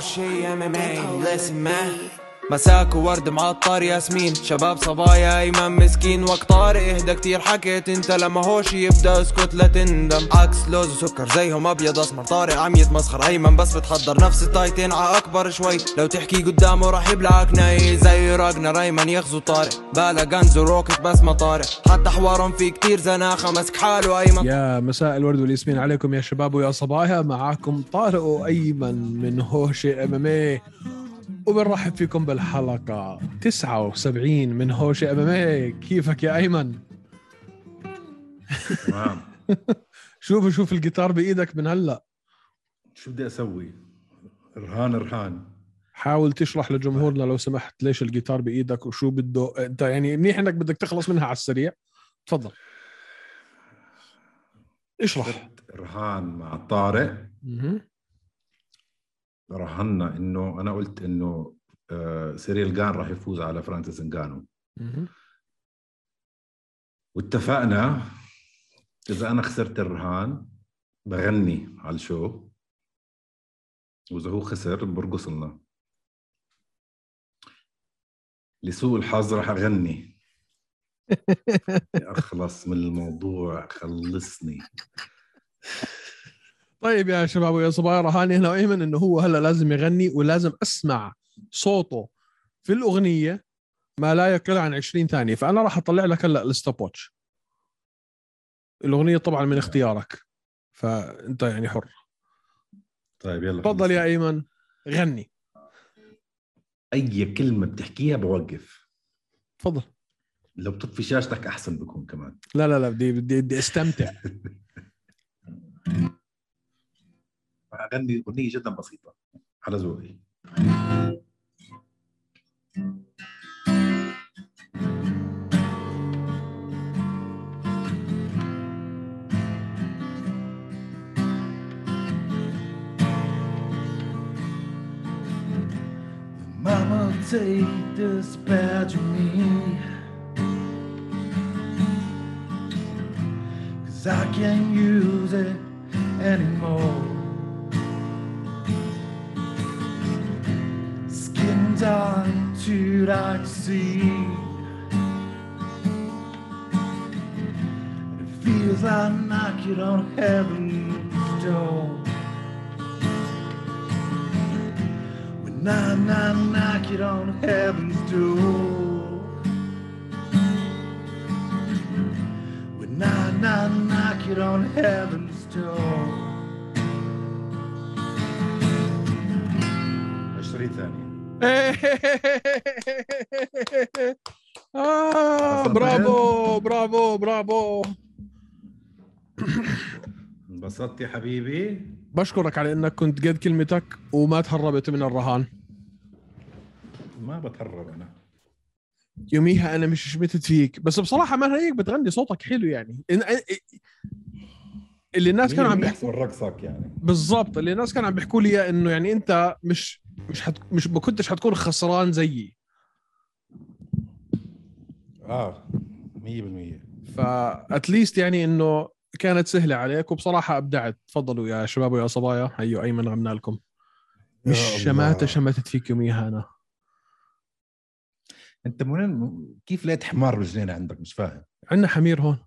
شي ام ام اي listen man مساك وورد معطر ياسمين شباب صبايا ايمن مسكين وقت طارق اهدى كتير حكيت انت لما هوش يبدا اسكت لا تندم عكس لوز وسكر زيهم ابيض اسمر طارق عم يتمسخر ايمن بس بتحضر نفس التايتين ع اكبر شوي لو تحكي قدامه راح يبلعك ناي زي راجنا ريمان يغزو طارق بالا غنز وروكت بس ما طارق حتى حوارهم في كتير زناخه مسك حاله ايمن يا مساء الورد والياسمين عليكم يا شباب ويا صبايا معاكم طارق وايمن من هوشي ام ام اي وبنرحب إيه. فيكم بالحلقة 79 من هوشي ام ام اي إيه. كيفك يا ايمن؟ تمام شوف شوف الجيتار بايدك من هلا شو بدي اسوي؟ رهان رهان حاول تشرح لجمهورنا لو سمحت ليش الجيتار بايدك وشو بده انت يعني منيح انك بدك تخلص منها على السريع تفضل اشرح صرت رهان مع طارق مهم. رهنا انه انا قلت انه آه، سيريل جان راح يفوز على فرانسيس انجانو مهم. واتفقنا اذا انا خسرت الرهان بغني على الشو واذا هو خسر برقص لنا لسوء الحظ راح اغني اخلص من الموضوع خلصني طيب يا شباب ويا صبايا رهاني هنا وايمن انه هو هلا لازم يغني ولازم اسمع صوته في الاغنيه ما لا يقل عن 20 ثانيه فانا راح اطلع لك هلا الستوب واتش الاغنيه طبعا من اختيارك فانت يعني حر طيب يلا تفضل يا ايمن غني اي كلمه بتحكيها بوقف تفضل لو بتطفي شاشتك احسن بكون كمان لا لا لا بدي بدي, بدي استمتع اغني اغنيه جدا بسيطه على ذوقي Mama, take this badge of me. Cause I can't use it anymore. Skin down to like sea. And it feels like knocking on heaven's door. When I knock, knock it on heaven's door. When I knock, knock it on heaven's door. عشرين ثانية آه برافو برافو برافو انبسطت يا حبيبي بشكرك على انك كنت قد كلمتك وما تهربت من الرهان ما بتهرب أنا يوميها انا مش شمتت فيك بس بصراحه ما هيك بتغني صوتك حلو يعني إن- إن- اللي الناس كانوا عم مية بيحكوا أحسن من رقصك يعني بالضبط اللي الناس كانوا عم بيحكوا لي إياه انه يعني انت مش مش حت مش ما كنتش حتكون خسران زيي آه مية بالمية فاتليست يعني انه كانت سهله عليك وبصراحه ابدعت تفضلوا يا شباب ويا صبايا هيو ايمن غنى لكم يا مش الله. شماته شمتت فيك يوميها انا أنت من وين- كيف لقيت حمار بجنينة عندك مش فاهم عندنا حمير هون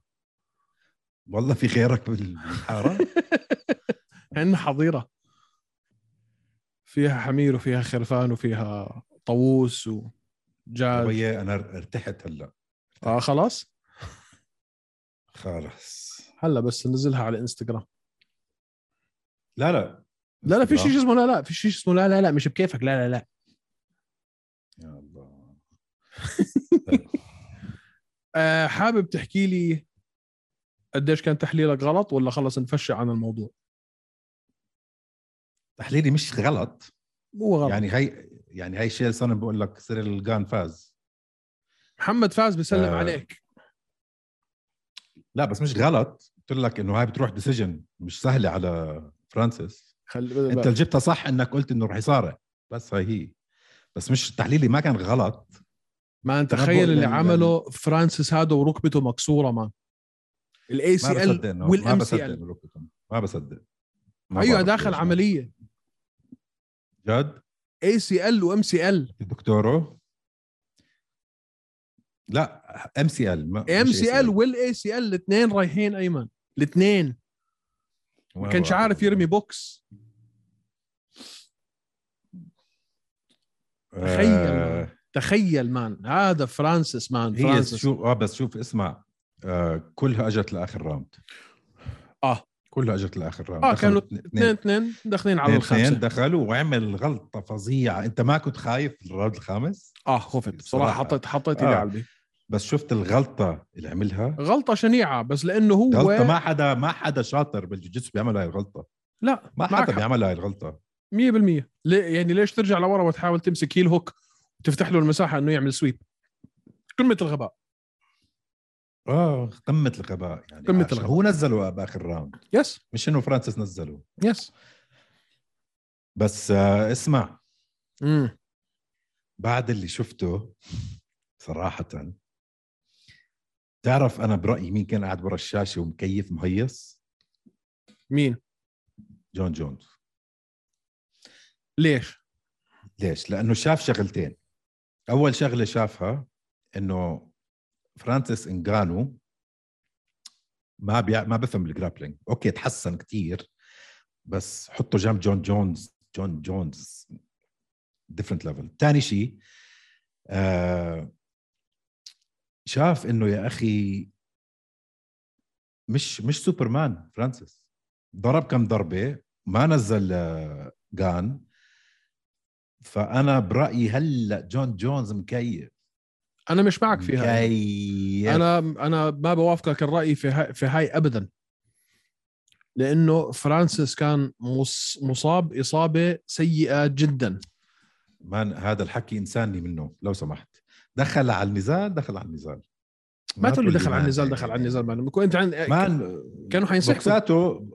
والله في غيرك بالحارة عندنا حظيره فيها حمير وفيها خرفان وفيها طاووس وجاز ويا أنا ارتحت هلا اه خلاص خلص هلا بس ننزلها على الانستغرام لا لا لا لا في شيء اسمه لا لا في شيء اسمه لا لا لا مش بكيفك لا لا لا يا الله آه حابب تحكي لي قديش كان تحليلك غلط ولا خلص نفشي عن الموضوع تحليلي مش غلط مو غلط يعني يعني هي يعني هي شيل سنه بقول لك سيريل جان فاز محمد فاز بيسلم آه. عليك لا بس مش غلط قلت لك انه هاي بتروح ديسيجن مش سهله على فرانسيس خلي انت اللي جبتها صح انك قلت انه رح يصارع بس هاي هي بس مش تحليلي ما كان غلط ما انت أنا تخيل بقول اللي لل- عمله فرانسيس هذا وركبته مكسوره مان الاي ما سي بصدق ال انه ما والام بصدق سي ال إنه ركبتهم. ما بصدق ما ايوه بعرف يعني. داخل ليش ما- عمليه جد اي سي ال وام سي ال دكتوره لا ام سي ال ام سي ال والاي سي ال الاثنين رايحين ايمن الاثنين ما كانش عارف يرمي بوكس تخيل. تخيل مان هذا فرانسيس مان آه، هي فرانسيس شوف اه بس شوف اسمع آه كلها اجت لاخر راوند آه. كلها اجت لاخر راوند اه دخلوا كانوا اثنين اثنين داخلين على اثنين اثنين الخمسه دخلوا وعمل غلطه فظيعه انت ما كنت خايف الراوند الخامس اه خفت بصراحه صراحة. حطيت حطيت آه. ايدي على قلبي بس شفت الغلطه اللي عملها غلطه شنيعه بس لانه هو غلطه ما حدا ما حدا شاطر بالجوجيتسو بيعمل هاي الغلطه لا ما معك حدا حق. بيعمل هاي الغلطه 100% ليه يعني ليش ترجع لورا وتحاول تمسك هيل هوك وتفتح له المساحه انه يعمل سويب قمه الغباء اه قمه الغباء يعني آه. قمة عشان الغباء. هو نزله باخر راوند يس مش انه فرانسيس نزله يس بس آه اسمع امم بعد اللي شفته صراحه تعرف انا برايي مين كان قاعد ورا الشاشه ومكيف مهيص مين جون جونز ليش ليش لانه شاف شغلتين اول شغله شافها انه فرانسيس انغانو ما بيع... ما بفهم الجرابلينج اوكي تحسن كتير بس حطه جنب جون جونز جون جونز ديفرنت ليفل ثاني شيء آه شاف انه يا اخي مش مش سوبرمان فرانسيس ضرب كم ضربه ما نزل آه، جان فانا برايي هلا جون جونز مكيف انا مش معك فيها مكيف انا انا ما بوافقك الراي في هاي في هاي ابدا لانه فرانسيس كان مص- مصاب اصابه سيئه جدا مان هذا الحكي انساني منه لو سمحت دخل على النزال دخل على النزال ما تقول لي دخل مان. على النزال دخل على النزال مان انت عن مان كانوا حينسحبوا بوكساته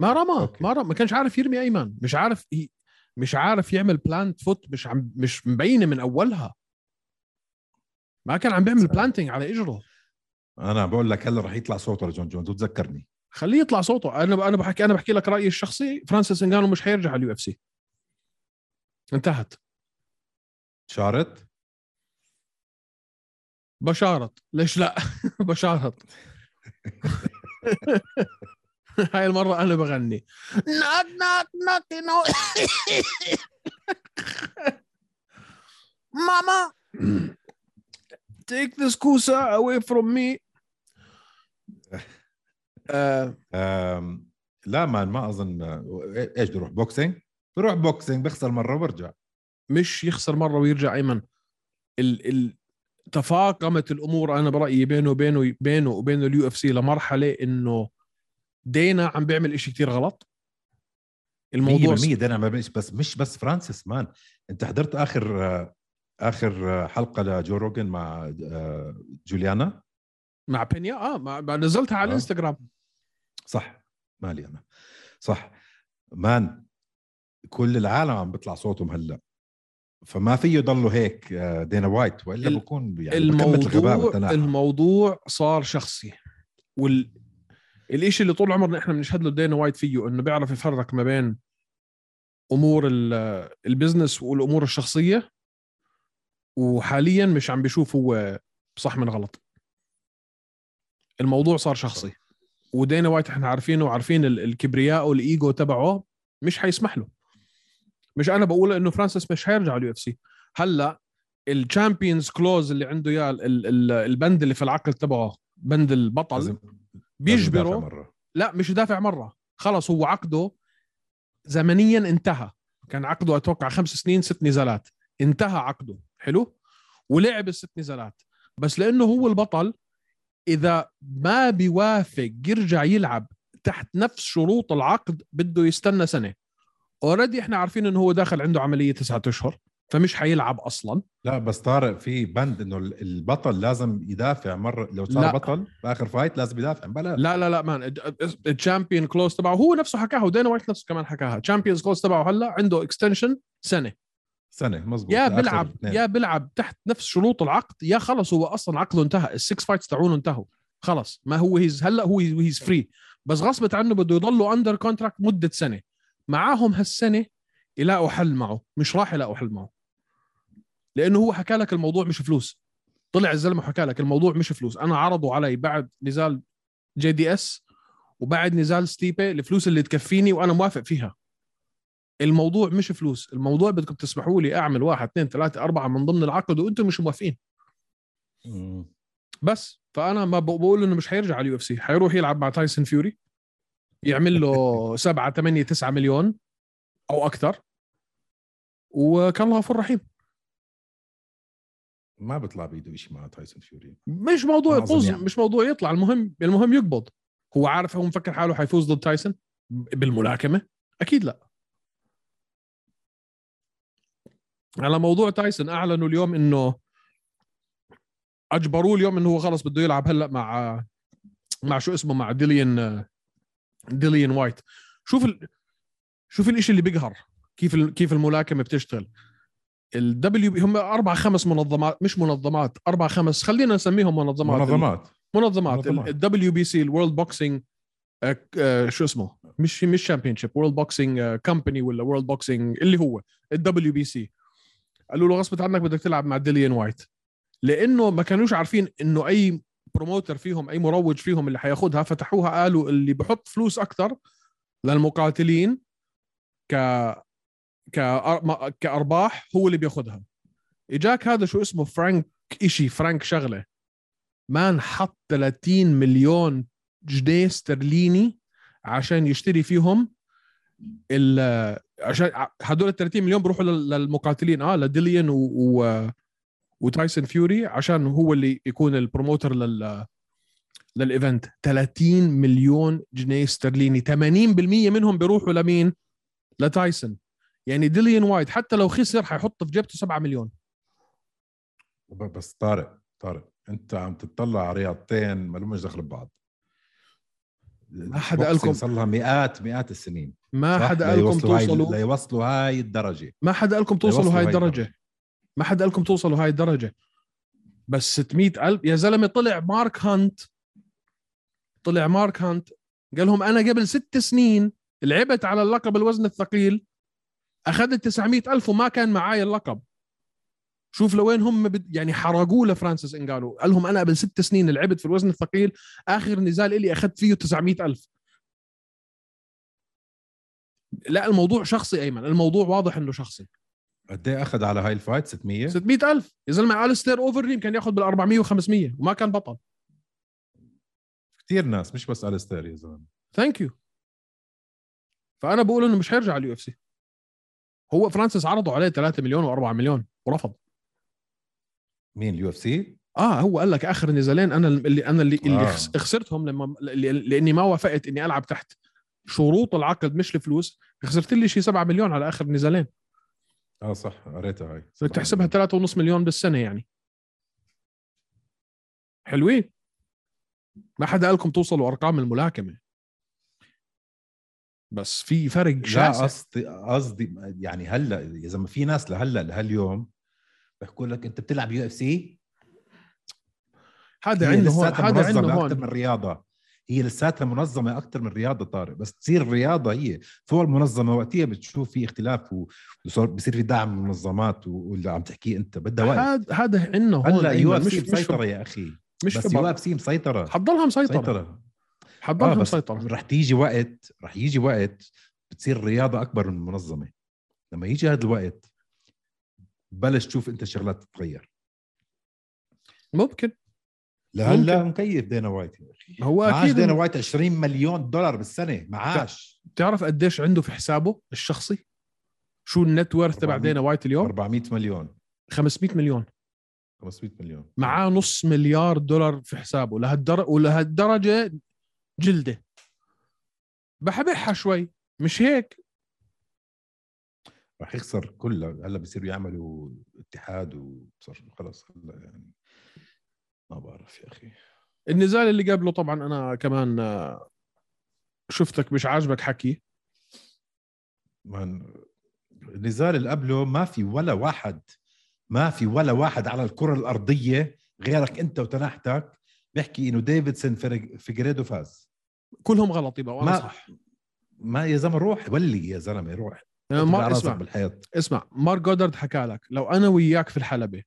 ما رمى أوكي. ما رمى ما كانش عارف يرمي ايمن مش عارف ي- مش عارف يعمل بلانت فوت مش عم مش مبينه من اولها ما كان عم بيعمل صح. بلانتنج على اجره انا بقول لك هلا رح يطلع صوته لجون جونز وتذكرني خليه يطلع صوته انا انا بحكي انا بحكي لك رايي الشخصي فرانسيس انغانو مش حيرجع على اليو اف سي انتهت شارت بشارت ليش لا بشارت هاي المرة أنا بغني ناك ناك ناك نو ماما take this كوسة away from me آه، أم... لا مان ما اظن ايش بيروح بوكسينج بيروح بوكسينج بخسر مره وبرجع مش يخسر مرة ويرجع أيمن ال ال تفاقمت الامور انا برايي بينه وبينه بينه وبين اليو اف سي لمرحله انه دينا عم بيعمل إشي كتير غلط الموضوع 100% ده انا ما بنش بس مش بس فرانسيس مان انت حضرت اخر آه، اخر آه، حلقه لجو روجن مع آه، جوليانا مع بينيا اه مع مع- نزلتها على آه. الانستغرام صح مالي انا صح مان كل العالم عم بيطلع صوتهم هلا فما فيه يضلوا هيك آه، دينا وايت والا ال- بكون يعني بكمة الغباء الموضوع والتناحى الموضوع صار شخصي وال الشيء اللي طول عمرنا احنا بنشهد له دينا وايت فيه انه بيعرف يفرق ما بين امور ال- البزنس والامور الشخصيه وحاليا مش عم بيشوف هو صح من غلط الموضوع صار شخصي ودينا وايت احنا عارفينه وعارفين ال- الكبرياء والايجو تبعه مش حيسمح له مش انا بقول انه فرانسيس مش حيرجع اليو اف سي هلا الشامبيونز كلوز اللي عنده اياه ال- ال- البند اللي في العقد تبعه بند البطل لازم- لازم بيجبره يدافع مرة. لا مش يدافع مره خلص هو عقده زمنيا انتهى كان عقده اتوقع خمس سنين ست نزالات انتهى عقده حلو ولعب الست نزالات بس لانه هو البطل اذا ما بيوافق يرجع يلعب تحت نفس شروط العقد بده يستنى سنه اوريدي احنا عارفين انه هو داخل عنده عمليه تسعة اشهر فمش حيلعب اصلا لا بس طارق في بند انه ال- البطل لازم يدافع مره لو صار لا. لا. بطل باخر فايت لازم يدافع بلا لا لا لا مان الشامبيون كلوز تبعه هو نفسه حكاها ودينا وايت نفسه كمان حكاها الشامبيونز كلوز تبعه هلا عنده اكستنشن سنه سنه مزبوط يا لآخر بلعب اثنين. يا بلعب تحت نفس شروط العقد يا خلص هو اصلا عقده انتهى السكس فايتس تاعونه انتهوا خلص ما هو هيز هلا هو هيز فري بس غصبت عنه بده يضلوا اندر كونتراكت مده سنه معاهم هالسنه يلاقوا حل معه مش راح يلاقوا حل معه لانه هو حكى لك الموضوع مش فلوس طلع الزلمه وحكى لك الموضوع مش فلوس انا عرضوا علي بعد نزال جي دي اس وبعد نزال ستيبي الفلوس اللي تكفيني وانا موافق فيها الموضوع مش فلوس الموضوع بدكم تسمحوا لي اعمل واحد اثنين ثلاثه اربعه من ضمن العقد وانتم مش موافقين مم. بس فانا ما ب- بقول انه مش حيرجع على اليو اف سي حيروح يلعب مع تايسون فيوري يعمل له 7 8 9 مليون او اكثر وكان الله غفور رحيم ما بيطلع بايده شيء مع تايسون فيوري مش موضوع ما أظن يطوز يعني. مش موضوع يطلع المهم المهم يقبض هو عارف هو مفكر حاله حيفوز ضد تايسون بالملاكمه اكيد لا على موضوع تايسون اعلنوا اليوم انه اجبروه اليوم انه هو خلص بده يلعب هلا مع مع شو اسمه مع ديليان ديليان وايت شوف ال... شوف الاشي اللي بيقهر كيف ال... كيف الملاكمه بتشتغل الدبليو هم اربع خمس منظمات مش منظمات اربع خمس خلينا نسميهم منظمات منظمات منظمات منظمات. الدبليو بي سي الورلد بوكسينج آه، شو اسمه مش مش شامبيون شيب وورلد بوكسينج كمباني آه، ولا وورلد بوكسينج اللي هو الدبليو بي سي قالوا له غصبت عنك بدك تلعب مع ديليان وايت لانه ما كانوش عارفين انه اي بروموتر فيهم اي مروج فيهم اللي حياخدها فتحوها قالوا اللي بحط فلوس اكثر للمقاتلين ك كأر- ما- كارباح هو اللي بياخدها اجاك هذا شو اسمه فرانك إشي فرانك شغله مان حط 30 مليون جنيه استرليني عشان يشتري فيهم ال عشان ع- هدول ال 30 مليون بروحوا لل- للمقاتلين اه لديليان و... و... وتايسون فيوري عشان هو اللي يكون البروموتر لل للايفنت 30 مليون جنيه استرليني 80% منهم بيروحوا لمين؟ لتايسون يعني ديليان وايت حتى لو خسر حيحط في جيبته 7 مليون ب- بس طارق طارق انت عم تطلع على رياضتين ما لهمش دخل ببعض ما حدا قالكم- صار لها مئات مئات السنين ما صح؟ حدا قال لكم ليوصلوا هاي- توصلوا ليوصلوا هاي الدرجه ما حدا قالكم توصلوا ليوصلوا هاي هاي الدرجة ما حدا قالكم توصلوا هاي الدرجة بس 600 ألف يا زلمة طلع مارك هانت طلع مارك هانت قال لهم أنا قبل ست سنين لعبت على اللقب الوزن الثقيل أخذت 900 ألف وما كان معاي اللقب شوف لوين هم بد... يعني حرقوه لفرانسيس انجالو قال لهم انا قبل ست سنين لعبت في الوزن الثقيل اخر نزال إلي اخذت فيه 900 ألف لا الموضوع شخصي ايمن الموضوع واضح انه شخصي قد ايه اخذ على هاي الفايت 600 600000 يا زلمه الستير اوفريم كان ياخذ بال 400 و500 وما كان بطل كثير ناس مش بس الستير يا زلمه ثانك يو فانا بقول انه مش حيرجع على اليو اف سي هو فرانسيس عرضوا عليه 3 مليون و4 مليون ورفض مين اليو اف سي؟ اه هو قال لك اخر نزالين انا اللي انا اللي, اللي آه. خس- خسرتهم لما ل- لاني ما وافقت اني العب تحت شروط العقد مش الفلوس خسرت لي شي 7 مليون على اخر نزالين اه صح قريتها هاي بدك آه، تحسبها 3.5 مليون بالسنه يعني حلوين ما حدا قالكم توصلوا ارقام الملاكمه بس في فرق لا شاسع قصدي قصدي يعني هلا يا زلمه في ناس لهلا لهاليوم بيحكوا لك انت بتلعب يو اف سي هذا هي عنده هون لساتها هذا عنده منظمه اكثر هون من رياضه هي لساتها منظمه اكثر من رياضه طارق بس تصير رياضه هي فوق المنظمه وقتها بتشوف في اختلاف و- وصار بصير في دعم من المنظمات و- واللي عم تحكيه انت بدها وقت هذا هذا عندنا هون هلا يو أيمن. اف مش سي مش مسيطره في- يا اخي مش بس في يو بعض. اف سي مسيطره حضلها مسيطره مسيطره حضلها اه بس مسيطره رح تيجي وقت رح يجي وقت بتصير الرياضه اكبر من المنظمه لما يجي هذا الوقت بلش تشوف انت الشغلات تتغير ممكن لهلا مكيف دينا وايت يا اخي هو معاش اكيد دينا وايت 20 مليون دولار بالسنه معاش بتعرف قديش عنده في حسابه الشخصي شو النت ورث تبع 400 دينا وايت اليوم 400 مليون 500 مليون 500 مليون معاه نص مليار دولار في حسابه لهالدر... ولهالدرجه جلده بحبحها شوي مش هيك رح يخسر كلها هلا بصيروا يعملوا اتحاد وبصير خلص هلا يعني ما بعرف يا اخي النزال اللي قبله طبعا انا كمان آه، شفتك مش عاجبك حكي من النزال اللي قبله ما في ولا واحد ما في ولا واحد على الكرة الأرضية غيرك أنت وتنحتك بيحكي إنه ديفيدسون فرق- فيجريدو فاز كلهم غلط يبقى وانا ما- صح ما يا زلمة روح ولي يا زلمة روح يعني تبع ما راسك اسمع بالحيط اسمع مارك جودرد حكى لك لو انا وياك في الحلبه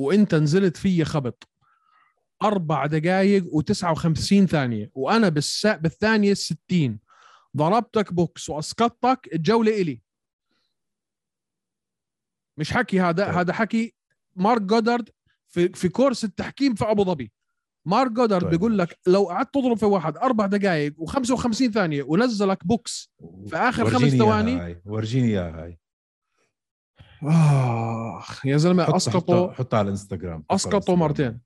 وانت نزلت في خبط اربع دقائق و59 ثانيه وانا بالس... بالثانيه 60 ضربتك بوكس واسقطتك الجوله الي مش حكي هذا طيب. هذا حكي مارك جودرد في في كورس التحكيم في ابو ظبي مارك جودرد طيب. بيقول لك لو قعدت تضرب في واحد اربع دقائق و55 ثانيه ونزلك بوكس في آخر خمس ورجيني إياها ثواني. هاي، ورجيني اياها هاي اخ يا زلمه حطها- اسقطوا حطها- حطها على الانستغرام حطها على اسقطوا الإنستغرام. مرتين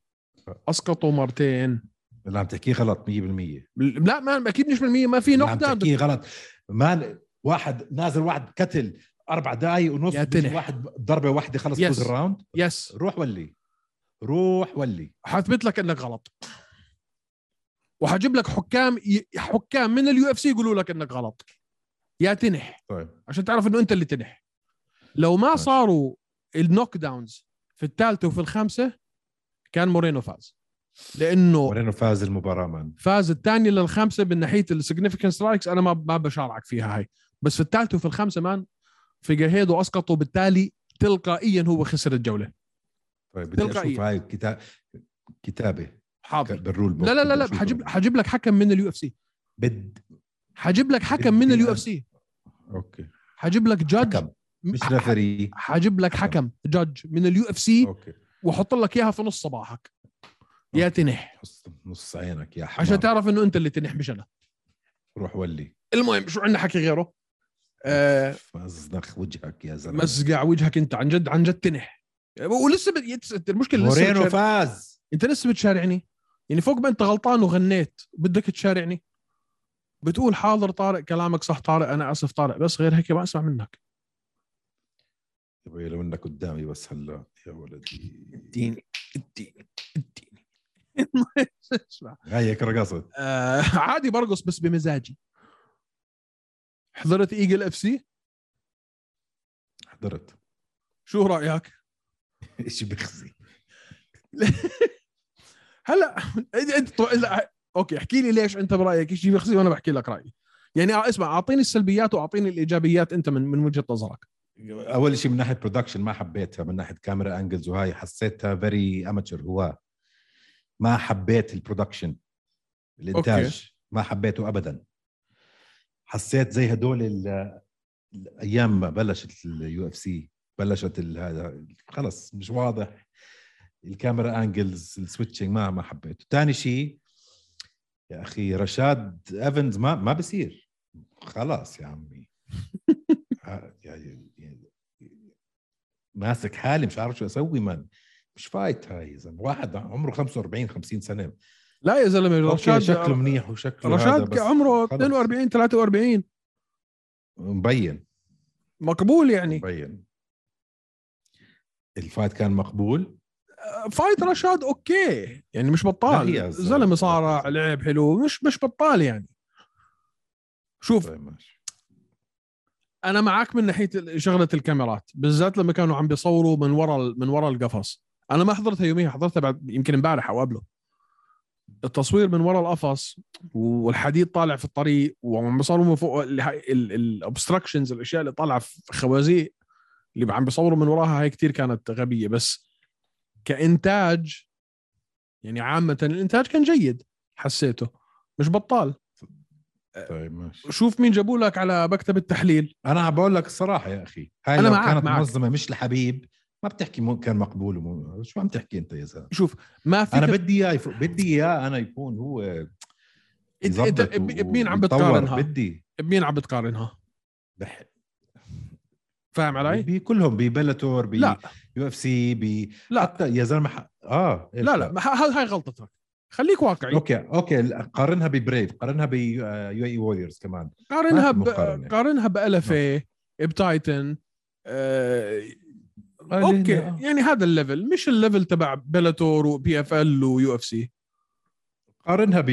اسقطوا مرتين اللي عم تحكيه غلط 100% لا ما اكيد مش بالمية ما في اللي عم نقطه بت- تحكيه غلط مان واحد نازل واحد كتل اربع دقائق ونص يا بيجي تنح. واحد ضربه واحده خلص يس. فوز الراوند يس روح ولي روح ولي حثبت لك انك غلط وحجيب لك حكام ي- حكام من اليو اف سي يقولوا لك انك غلط يا تنح طيب عشان تعرف انه انت اللي تنح لو ما ماشي. صاروا النوك داونز في الثالثه وفي الخامسه كان مورينو فاز لانه مورينو فاز المباراه مان فاز الثاني للخامسه من ناحيه السيجنفكنت سترايكس انا ما ما بشارعك فيها هاي بس في الثالثه وفي الخامسه مان في جاهيدو اسقطوا بالتالي تلقائيا هو خسر الجوله طيب بدي تلقائياً. اشوف هاي كتاب كتابه ك- حاضر بالرول بوك لا لا لا بدي لا أشوفها. حجيب حجيب لك حكم من اليو اف سي بد حجيب لك حكم من اليو اف سي اوكي حجيب لك جادج إيه. حكم مش رفري حجيب لك حكم جادج من اليو اف سي اوكي واحط لك اياها في نص صباحك يا تنح نص- نص عينك يا حمار عشان تعرف انه انت اللي تنح مش انا روح ولي المهم شو عندنا حكي غيره آه مزنخ وجهك يا زلمه مزقع وجهك انت عن جد عن جد تنح ولسه بت- يتس- المشكله لسه مورينو بتشارع- فاز انت لسه بتشارعني يعني فوق ما انت غلطان وغنيت بدك تشارعني بتقول حاضر طارق كلامك صح طارق انا اسف طارق بس غير هيك ما اسمع منك يا بوي لو انك قدامي بس هلا يا ولدي اديني اديني اديني اسمع هاي هيك رقصت آه عادي برقص بس بمزاجي حضرت ايجل اف سي حضرت شو رايك ايش بخزي هلا انت طو... لا، اوكي احكي لي ليش انت برايك شيء بيخزي وانا بحكي لك رايي يعني آه، اسمع اعطيني السلبيات واعطيني الايجابيات انت من من وجهه نظرك اول شيء من ناحيه برودكشن ما حبيتها من ناحيه كاميرا انجلز وهاي حسيتها فيري اماتشر هو ما حبيت البرودكشن الانتاج أوكي. أوكي. ما حبيته ابدا حسيت زي هدول ال- الايام ما بلشت اليو اف سي بلشت ال- هذا خلص مش واضح الكاميرا انجلز السويتشنج ما ما حبيته ثاني شيء يا اخي رشاد ايفنز ما ما بصير خلاص يا عمي ع- يعني يعني ماسك حالي مش عارف شو اسوي من مش فايت هاي يا زلمه واحد عمره 45 50 سنه لا يا زلمه رشاد رشاد شكله منيح وشكله هذا، رشاد بس عمره خلص. 42 43 مبين مقبول يعني مبين الفايت كان مقبول آه، فايت رشاد اوكي يعني مش بطال لا يا زلمة. زلمه صارع لعب حلو مش مش بطال يعني شوف طيب ماشي انا معك من ناحيه ال- شغله الكاميرات بالذات لما كانوا عم بيصوروا من ورا ال- من ورا القفص انا ما حضرتها يوميها حضرتها بعد يمكن امبارح او قبله التصوير من ورا القفص والحديد طالع في الطريق وعم بيصوروا من فوق الاوبستراكشنز الاشياء اللي طالعه في خوازيق اللي عم بيصوروا من وراها هاي كتير كانت غبيه بس كانتاج يعني عامه الانتاج كان جيد حسيته مش بطال طيب ماشي شوف مين جابوا لك على مكتب التحليل انا عم بقول لك الصراحه يا اخي هاي أنا لو معك- كانت معك. منظمه مش لحبيب ما بتحكي مو كان مقبول ومو شو عم تحكي انت يا زلمه شوف ما في انا بدي اياه يف- بدي اياه انا يكون هو انت انت يظبط ب- بمين عم ويتطور. بتقارنها؟ بدي بمين عم بتقارنها؟ بح... فاهم علي؟ بي- كلهم ببلاتور بي لا يو اف سي بي لا حتى يا زلمه ح... اه إيش لا لا ما- ه- هاي غلطتك خليك واقعي اوكي اوكي لا، قارنها ببريف قارنها آه، ب يو اي ووريرز E كمان قارنها ما في ب... مقارنة. نعم. قارنها بألفة بتايتن آه... اوكي آه. يعني هذا الليفل مش الليفل تبع بلاتور وبي اف ال ويو اف سي قارنها آه،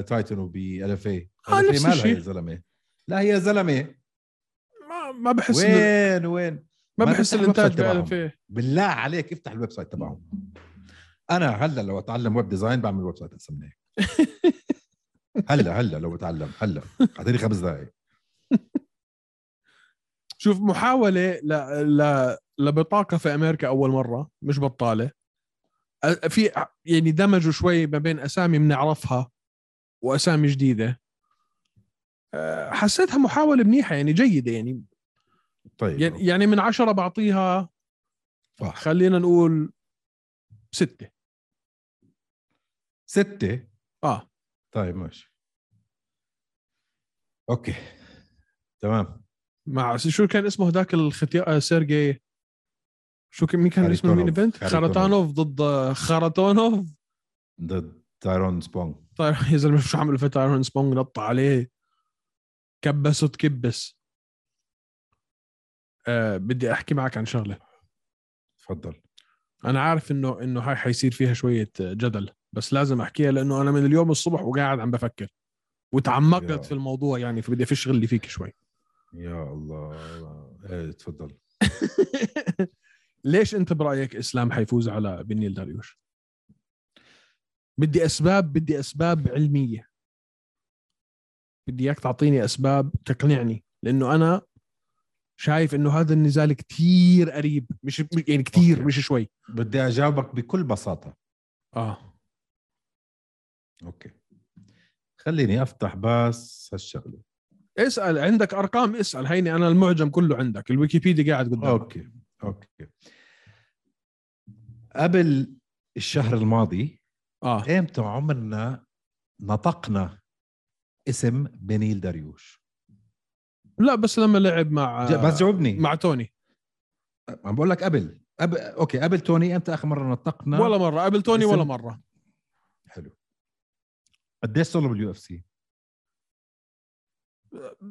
بتايتن وب اف اي آه، نفس الشيء. يا زلمه لا هي يا زلمه ما ما بحس إنه- وين وين ما ما بحس تفتح الانتاج الويب سايت تبعهم. بألفة بالله عليك افتح الويب سايت تبعهم انا هلا لو اتعلم ويب ديزاين بعمل ويب سايت احسن من هيك هلا هلا لو بتعلم هلا اعطيني خمس دقائق شوف محاوله ل... ل... لبطاقه في امريكا اول مره مش بطاله أ- في يعني دمجوا شوي ما بين اسامي بنعرفها واسامي جديده أه، حسيتها محاوله منيحه يعني جيده يعني طيب يعني- يعني من عشرة بعطيها صح. خلينا نقول ستة ستة اه طيب ماشي اوكي تمام مع شو كان اسمه هذاك الختيار سيرجي شو كان مين كان اسمه خاريتونوف. مين بنت خاريتونوف. خرطانوف ضد خرطانوف ضد تايرون سبونج طيب يا زلمه شو عمل في تايرون سبونج نط عليه كبسه تكبس آه بدي احكي معك عن شغله تفضل انا عارف انه انه هاي حيصير فيها شويه جدل بس لازم احكيها لانه انا من اليوم الصبح وقاعد عم بفكر يا. وتعمقت في الموضوع يعني فبدي افش غلي فيك شوي يا الله ايه تفضل ليش انت برايك اسلام حيفوز على بنيل داريوش بدي اسباب بدي اسباب علميه بدي اياك تعطيني اسباب تقنعني لانه انا شايف انه هذا النزال كتير قريب مش يعني كتير أوكي. مش شوي بدي اجاوبك بكل بساطة اه آه. اوكي خليني افتح بس هالشغلة اسال عندك ارقام اسال هيني انا المعجم كله عندك الويكيبيديا قاعد قدامك اوكي اوكي قبل الشهر الماضي اه امتى عمرنا نطقنا اسم بنيل داريوش لا بس لما لعب مع ج- بس جاوبني مع توني عم بقول لك قبل أب... اوكي قبل توني امتى اخر مره نطقنا ولا مره قبل توني اسم- ولا مره حلو قديش صار له باليو اف سي؟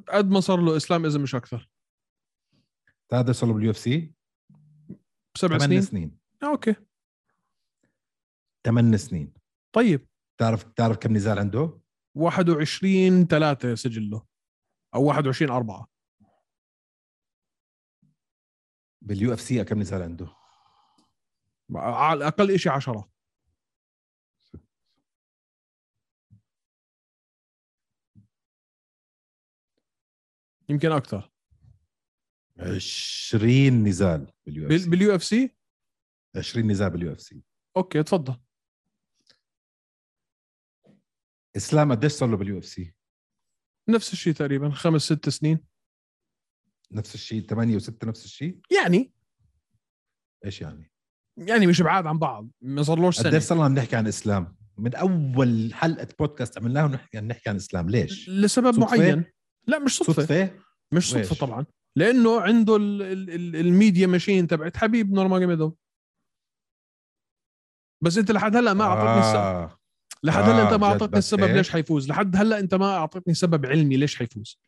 قد ما صار له اسلام اذا مش اكثر هذا صار له باليو اف سي سبع 8 سنين سنين آه، اوكي 8 سنين طيب تعرف تعرف كم نزال عنده؟ 21 3 سجل له او 21 4 باليو اف سي كم نزال عنده؟ على الاقل شيء 10 يمكن اكثر 20 نزال باليو اف بال- سي باليو اف سي 20 نزال باليو اف سي اوكي تفضل اسلام قديش صار له باليو اف سي؟ نفس الشيء تقريبا خمس ست سنين نفس الشيء 8 و6 نفس الشيء؟ يعني ايش يعني؟ يعني مش بعاد عن بعض ما صارلوش قديش سنه صار لنا عم نحكي عن اسلام؟ من اول حلقه بودكاست عملناها ونحكي- نحكي عن اسلام ليش؟ لسبب صدفة؟ معين لا مش صدفه, صدفة. صدفه؟ مش صدفه وإيش؟ طبعا لانه عنده ال ال ال الميديا ماشين تبعت حبيب نورماجيميدوف بس انت لحد هلا ما اعطيتني السبب آه. لحد هلا آه، انت جد ما اعطيتني بس السبب هيك؟ ليش حيفوز لحد هلا انت ما اعطيتني سبب علمي ليش حيفوز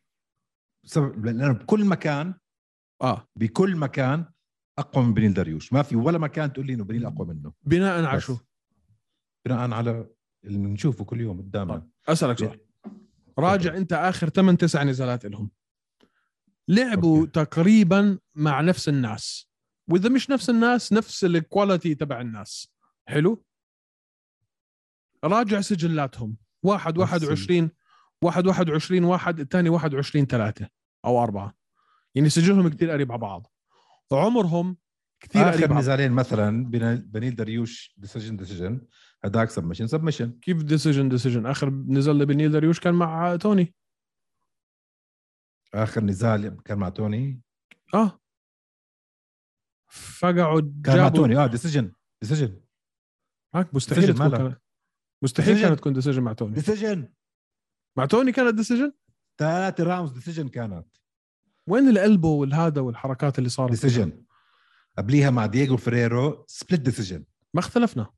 سبب لانه بكل مكان اه بكل مكان اقوى من بنيل داريوش ما في ولا مكان تقول لي انه بنيل اقوى منه بناء على بس. شو بناء على اللي بنشوفه كل يوم قدامنا اسالك طيب، سؤال راجع انت اخر 8 9 نزالات لهم لعبوا أوكي. أوكي. تقريبا مع نفس الناس واذا مش نفس الناس نفس الكواليتي تبع الناس حلو راجع سجلاتهم واحد نفس ال- 21 واحد 21 واحد الثاني 21 3 او 4 يعني سجلهم كثير قريب على بعض عمرهم كثير قريب اخر على نزالين مثلا بنيل- بنيل داريوش ديسيجن ديسيجن هداك سبمشن سبمشن كيف ديسيجن ديسيجن اخر نزل لبنيل داريوش كان مع توني اخر نزال كان مع توني اه فقعوا كان مع جابوا- توني اه ديسيجن ديسيجن معك مستحيل Decision تكون مالك. كانت مستحيل Decision. كانت تكون ديسيجن مع توني ديسيجن مع توني كانت ديسيجن ثلاث راوندز ديسيجن كانت وين القلبه والهذا والحركات اللي صارت ديسيجن قبليها مع دييغو فريرو سبليت ديسيجن ما اختلفنا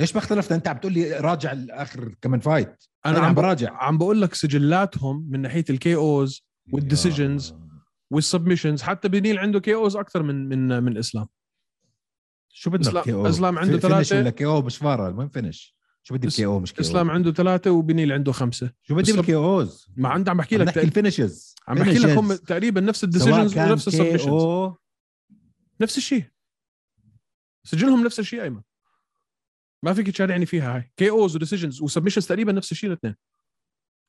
ايش ما اختلفنا انت عم تقول لي راجع اخر كمان فايت انا عم بق- براجع عم بقول لك سجلاتهم من ناحيه الكي اوز والديسيجنز. يا- والسبمشنز حتى بنيل عنده كي اوز اكثر من من من اسلام شو بدنا إسلام- بكي او إسلام عنده فينش ثلاثة. ولا كي او مش فارق المهم فينش شو بدي إس- بكي او مش كي اسلام او عنده ثلاثه وبنيل عنده خمسه شو بدي إسلام- بالكي اوز ما عند عم بحكي عم لك نحكي تق- الفينشز عم بحكي لك هم تقريبا نفس الديسيجنز ونفس السبشنز السبمشنز نفس الشيء سجلهم نفس الشيء ايمن ما فيك تشارعني فيها هاي كي اوز وديسيجنز وسبمشنز تقريبا نفس الشيء الاثنين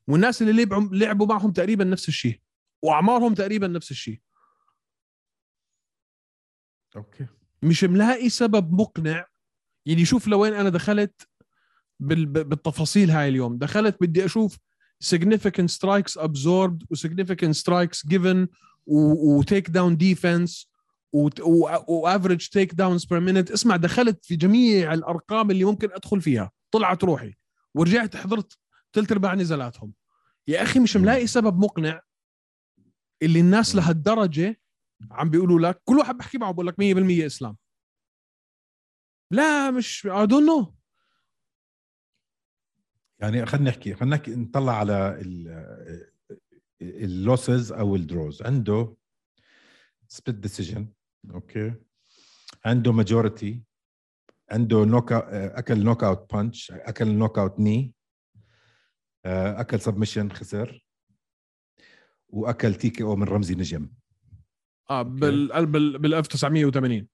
والناس اللي لعبوا لعبوا معهم تقريبا نفس الشيء واعمارهم تقريبا نفس الشيء اوكي مش ملاقي سبب مقنع يعني شوف لوين انا دخلت بال... ب- بالتفاصيل هاي اليوم دخلت بدي اشوف significant strikes absorbed و significant strikes given و, و take down defense و... و... و average take downs per minute اسمع دخلت في جميع الارقام اللي ممكن ادخل فيها طلعت روحي ورجعت حضرت ثلاث ارباع نزالاتهم يا اخي مش ملاقي سبب مقنع اللي الناس لهالدرجه عم بيقولوا لك كل واحد بحكي معه بقول لك 100% اسلام لا مش I don't know يعني خلينا نحكي خلينا نحكي نطلع على اللوسز او الدروز عنده سبيت ديسيجن اوكي عنده ماجورتي عنده نوك اكل نوك اوت بانش اكل نوك اوت ني اكل سبمشن خسر واكل تي كي او من رمزي نجم اه بال بال بال 1980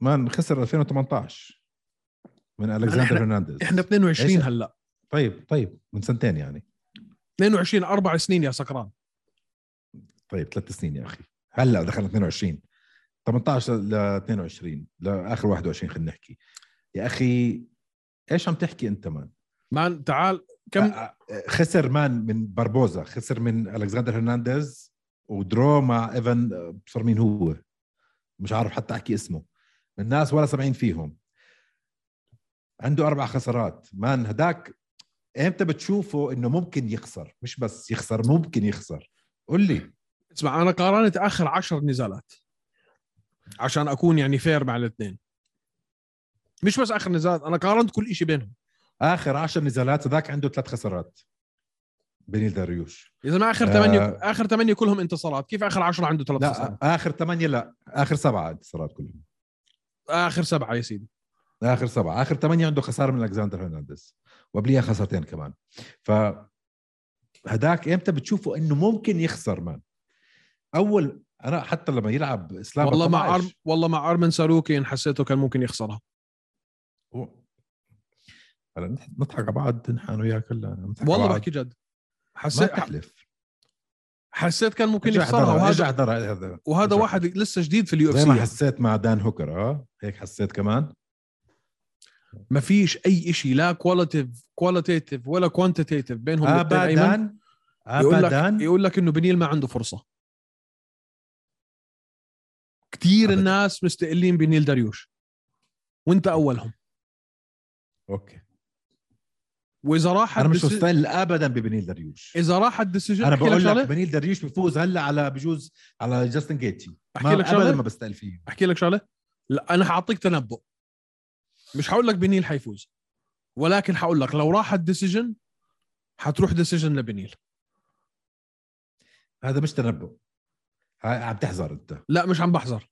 مان خسر 2018 من الكسندر هرنانديز احنا 22 إيش؟ هلا طيب طيب من سنتين يعني 22 اربع سنين يا سكران طيب ثلاث سنين يا اخي هلا دخلنا 22 18 ل 22 لاخر 21 خلينا نحكي يا اخي ايش عم تحكي انت مان؟ مان تعال كم أ- أ- خسر مان من باربوزا خسر من الكسندر هرنانديز ودرو مع ايفن أه، بصر مين هو مش عارف حتى احكي اسمه الناس ولا سامعين فيهم عنده اربع خسارات مان هداك امتى بتشوفه انه ممكن يخسر مش بس يخسر ممكن يخسر قول لي اسمع انا قارنت اخر 10 نزالات عشان اكون يعني فير مع الاثنين مش بس اخر نزالات انا قارنت كل شيء بينهم اخر 10 نزالات هذاك عنده ثلاث خسارات بنيل داريوش يا زلمه اخر آه. ثمانيه اخر ثمانيه كلهم انتصارات كيف اخر 10 عنده ثلاث لا خسارات اخر ثمانيه لا اخر سبعه انتصارات كلهم اخر سبعه يا سيدي اخر سبعه اخر ثمانيه عنده خساره من الكساندر هرنانديز وقبليها خسارتين كمان ف هداك امتى بتشوفه انه ممكن يخسر مان اول انا حتى لما يلعب اسلام والله مع 14 أرم... والله مع ارمن ساروكين حسيته كان ممكن يخسرها هو- هلا نح- نضحك على بعض نحن وياك هلا نضحك على والله بعض. بحكي جد ما حسيت بتحلف حسيت كان ممكن اجى يخسرها احضرها اجى وهذا احضرها هذا وهذا رجع. واحد لسه جديد في اليو زي ما اف سي حسيت مع دان هوكر اه هيك حسيت كمان ما فيش اي شيء لا كواليتيف كواليتيف ولا كوانتيتيف بينهم آه، الاثنين ايمن ابدا يقول لك إيه؟ ابدا يقول لك انه بنيل ما عنده فرصه كثير أبداً. الناس مستقلين بنيل داريوش وانت اولهم اوكي واذا راح انا مش الديسي- مستقل ابدا ببنيل دريوش اذا راح الديسيجن انا أحكي لك بقول شغلة؟ لك بنيل دريوش بفوز هلا على بجوز على جاستن جيتشي احكي ما لك شغله ابدا ما بستقل فيه احكي لك شغله لا انا حاعطيك تنبؤ مش حقول لك بنيل حيفوز ولكن حقول لك لو راح الديسيجن حتروح ديسيجن لبنيل هذا مش تنبؤ ها- عم تحذر انت لا مش عم بحذر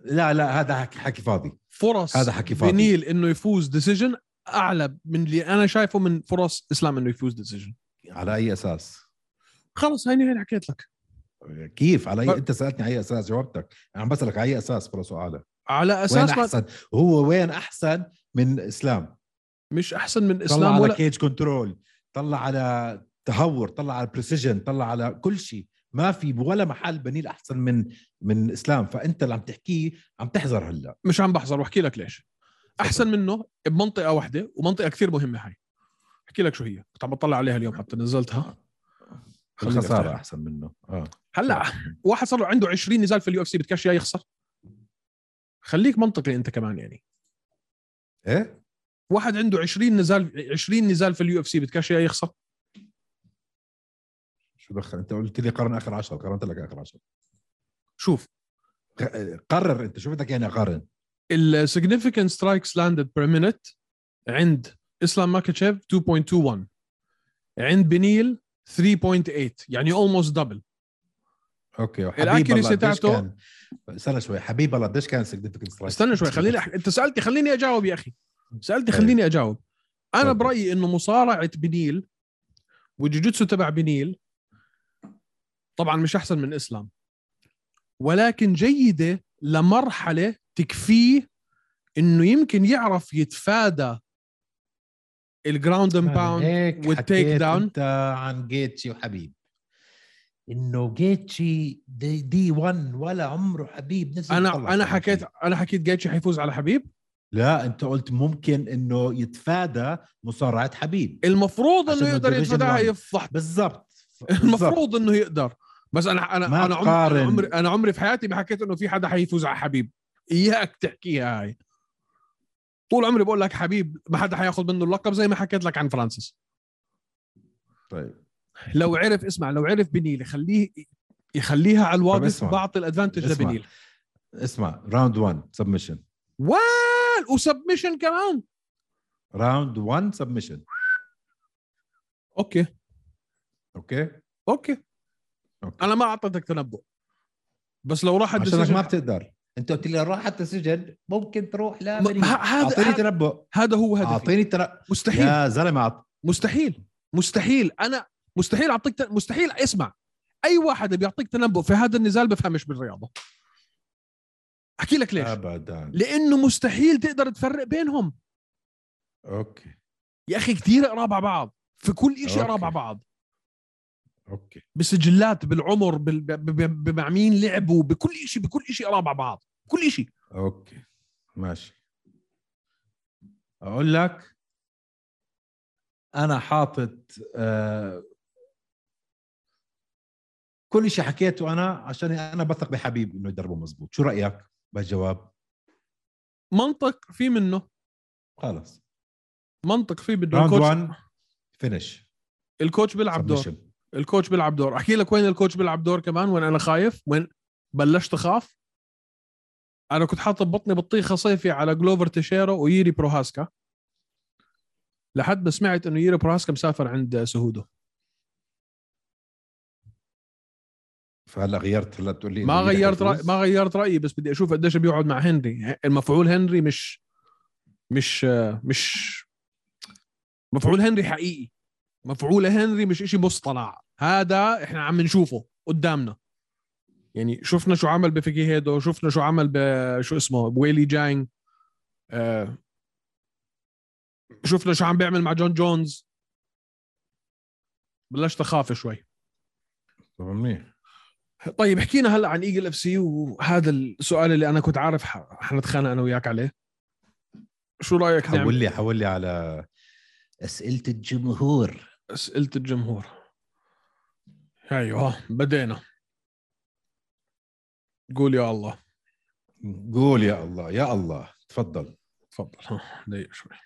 لا لا هذا حكي, حكي فاضي فرص هذا حكي فاضي. بنيل انه يفوز ديسيجن اعلى من اللي انا شايفه من فرص اسلام انه يفوز ديسيجن على اي اساس خلص هيني هيني حكيت لك كيف على ف- أي... انت سالتني على اي اساس جاوبتك انا عم بسالك على اي اساس بلا سؤالك على وين اساس ما احسن هو وين احسن من اسلام مش احسن من طلع اسلام على ولا كيج كنترول طلع على تهور طلع على بريسيجن طلع على كل شيء ما في ولا محل بنيل احسن من من اسلام فانت اللي عم تحكيه عم تحذر هلا مش عم بحذر واحكي لك ليش احسن منه بمنطقه واحده ومنطقه كثير مهمه هاي احكي لك شو هي كنت عم بطلع عليها اليوم حتى نزلتها خليني الخساره أفتحها. احسن منه اه هلا واحد صار له عنده 20 نزال في اليو اف سي بدكش اياه يخسر خليك منطقي انت كمان يعني ايه واحد عنده 20 نزال 20 نزال في اليو اف سي بدكش اياه يخسر شو دخل انت قلت لي قارن اخر 10 قارنت لك اخر 10 شوف قرر انت شو بدك يعني اقارن السيجنفيكنت سترايكس لاندد بير مينت عند اسلام ماكاتشيف 2.21 عند بنيل 3.8 يعني اولموست دبل اوكي الأكيرسي حبيب الله قديش تاعته- كان استنى شوي حبيب الله قديش كان سيجنفكنت سترايك استنى شوي خليني أح... انت سالتي خليني اجاوب يا اخي سالتي خليني اجاوب انا تفضل. برايي انه مصارعه بنيل والجوجيتسو تبع بنيل طبعا مش احسن من اسلام ولكن جيده لمرحله تكفيه انه يمكن يعرف يتفادى نعم. إيه، الجراوند اند باوند والتيك والتيك داون. داون انت عن جيتشي وحبيب انه جيتشي دي, دي 1 ولا عمره حبيب نزل انا طلع انا طلع حكيت فيه. انا حكيت جايتشي حيفوز على حبيب لا انت قلت ممكن انه يتفادى مصارعه حبيب المفروض عشان انه يقدر الديفيجن يتفاداها واحد. يفضح بالضبط المفروض انه يقدر بس انا انا ما انا عمري تقارن. أنا عمري انا عمري في حياتي ما حكيت انه في حدا حيفوز على حبيب اياك تحكيها هاي طول عمري بقول لك حبيب ما حدا حياخذ منه اللقب زي ما حكيت لك عن فرانسيس طيب لو عرف اسمع لو عرف بنيل يخليه يخليها على طب الواقف اسمع. بعطي الادفانتج اسمع. لبنيل اسمع راوند 1 سبمشن وال وسبمشن كمان راوند 1 سبمشن اوكي اوكي اوكي اوكي انا ما اعطيتك تنبؤ بس لو راح عشانك الديسيجن- ما بتقدر انت قلت لي راحت سجن ممكن تروح ما- لامريكا ه- هذا اعطيني هذا- تنبؤ هذا هو هدفي اعطيني تنبؤ مستحيل يا زلمه أعط- مستحيل مستحيل انا مستحيل اعطيك تن... مستحيل اسمع اي واحد بيعطيك تنبؤ في هذا النزال بفهمش بالرياضه احكي لك ليش آه. ابدا لانه مستحيل تقدر تفرق بينهم اوكي يا اخي كثير قراب على بعض في كل شيء قراب أوكي. على بعض اوكي بسجلات بالعمر بال... ب... ب... ب- بمع مين لعبوا بكل شيء بكل شيء قراب على بعض كل شيء اوكي ماشي اقول لك انا حاطط آه كل شيء حكيته انا عشان انا بثق بحبيب انه يدربه مزبوط شو رايك بالجواب منطق في منه خلص منطق في بده راوند الكوتش 1 فينش الكوتش بيلعب دور الكوتش بيلعب دور احكي لك وين الكوتش بيلعب دور كمان وين انا خايف وين بلشت اخاف انا كنت حاطط بطني بطيخه صيفي على جلوفر تشيرو وييري بروهاسكا لحد ما سمعت انه ييري بروهاسكا مسافر عند سهوده فهلا غيرت هلا تقول لي ما إنه يرح غيرت رأي يفوز؟ ما غيرت رايي بس بدي اشوف قديش بيقعد مع هنري يعني المفعول هنري مش مش مش مفعول هنري حقيقي مفعول هنري مش إشي مصطنع هذا احنا عم نشوفه قدامنا يعني شفنا شو عمل بفيكي هيدو شفنا شو عمل بشو اسمه بويلي جانج آه شفنا شو عم بيعمل مع جون جونز بلشت اخاف شوي طب منيح طيب حكينا هلا عن ايجل اف سي وهذا السؤال اللي انا كنت عارف ح- حنتخانق انا وياك عليه شو رايك حول نعمل لي حول لي على اسئله الجمهور اسئله الجمهور ايوه بدينا قول يا الله قول يا الله يا الله تفضل تفضل ها، دقيقه شوي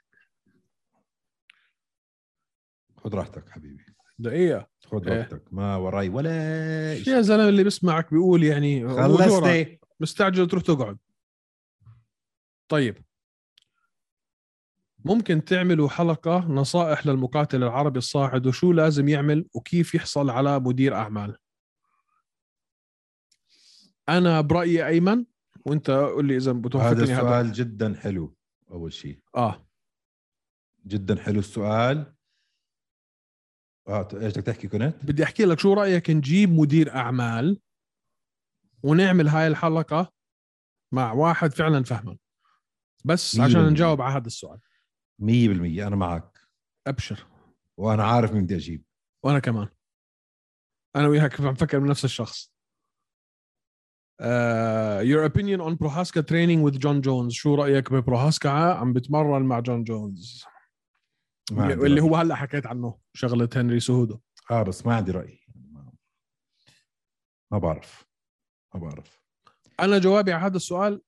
خذ راحتك حبيبي دقيقه خذ إيه. وقتك ما وراي ولا شيء يا زلمه اللي بيسمعك بيقول يعني وجورك. خلصت مستعجل تروح تقعد طيب ممكن تعملوا حلقة نصائح للمقاتل العربي الصاعد وشو لازم يعمل وكيف يحصل على مدير أعمال أنا برأيي أيمن وأنت قول لي إذا هذا بتوافقني هذا السؤال جدا حلو اول شيء آه جدا حلو السؤال اه ت- ايش بدك تحكي كنت؟ بدي أحكي لك شو رأيك نجيب مدير أعمال ونعمل هاي الحلقة مع واحد فعلا فهمان بس مية عشان بالمية. نجاوب على هذا السؤال 100% انا معك أبشر وانا عارف مين بدي اجيب وانا كمان انا وياك عم نفكر بنفس الشخص Uh, your opinion on بروهاسكا training with John Jones شو رايك ببروهاسكا عم بتمرن مع جون جونز ما عندي اللي رأي. هو هلا حكيت عنه شغله هنري سهودو اه بس ما عندي راي ما- ما بعرف ما بعرف انا جوابي على هذا السؤال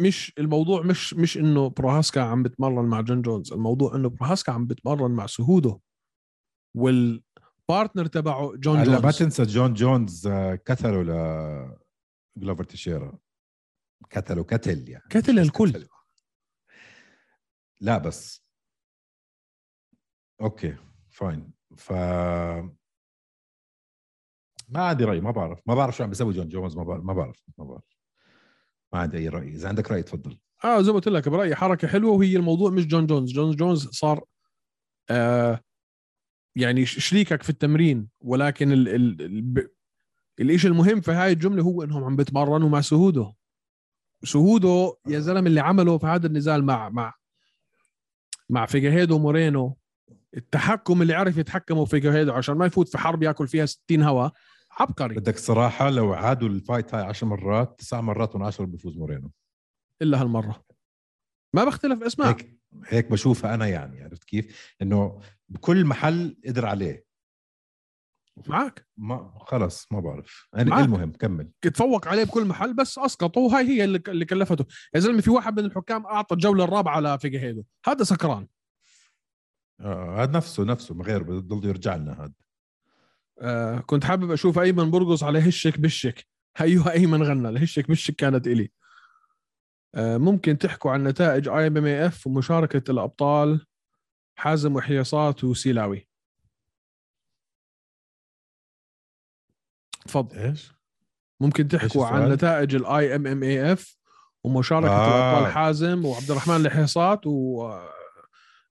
مش الموضوع مش مش انه بروهاسكا عم بتمرن مع جون جونز الموضوع انه بروهاسكا عم بتمرن مع سهودو والبارتنر تبعه جون هلا ما جونز تنسى جون جونز آه، كتلوا ل جلوفر تشيرا كتلوا كتل يعني كتل الكل لا بس اوكي فاين ف ما عندي راي ما بعرف ما بعرف شو عم بيسوي جون جونز ما بعرف ما بعرف ما بعرف ما عندي اي راي اذا عندك راي تفضل اه زي ما قلت لك برايي حركه حلوه وهي الموضوع مش جون جونز جون جونز صار آه يعني ش- شريكك في التمرين ولكن ال ال ال ب- الإشي المهم في هاي الجمله هو انهم عم بتمرنوا مع سهودو سهودو يا زلمه اللي عمله في هذا النزال مع مع مع فيجاهيدو مورينو التحكم اللي عرف يتحكمه فيجاهيدو عشان ما يفوت في حرب ياكل فيها 60 هوا عبقري بدك صراحه لو عادوا الفايت هاي 10 مرات تسع مرات من 10 بفوز مورينو الا هالمره ما بختلف اسمع هيك هيك بشوفها انا يعني عرفت كيف؟ انه بكل محل قدر عليه معك ما خلص ما بعرف انا معك. المهم كمل تفوق عليه بكل محل بس اسقطه وهاي هي اللي اللي كلفته يا زلمه في واحد من الحكام اعطى الجوله الرابعه لفيجيهيدو هذا سكران آه، هذا نفسه نفسه من غير بضل يرجع لنا هذا آه كنت حابب اشوف ايمن برقص على هشك بالشك ايوه ايمن غنى الهشك بالشك كانت الي آه ممكن تحكوا عن نتائج اي ام اف ومشاركه الابطال حازم وحيصات وسيلاوي تفضل ايش؟ ممكن تحكوا عن السؤال؟ نتائج الاي ام ام اي اف ومشاركه آه. آه. الابطال حازم وعبد الرحمن الحيصات وعامر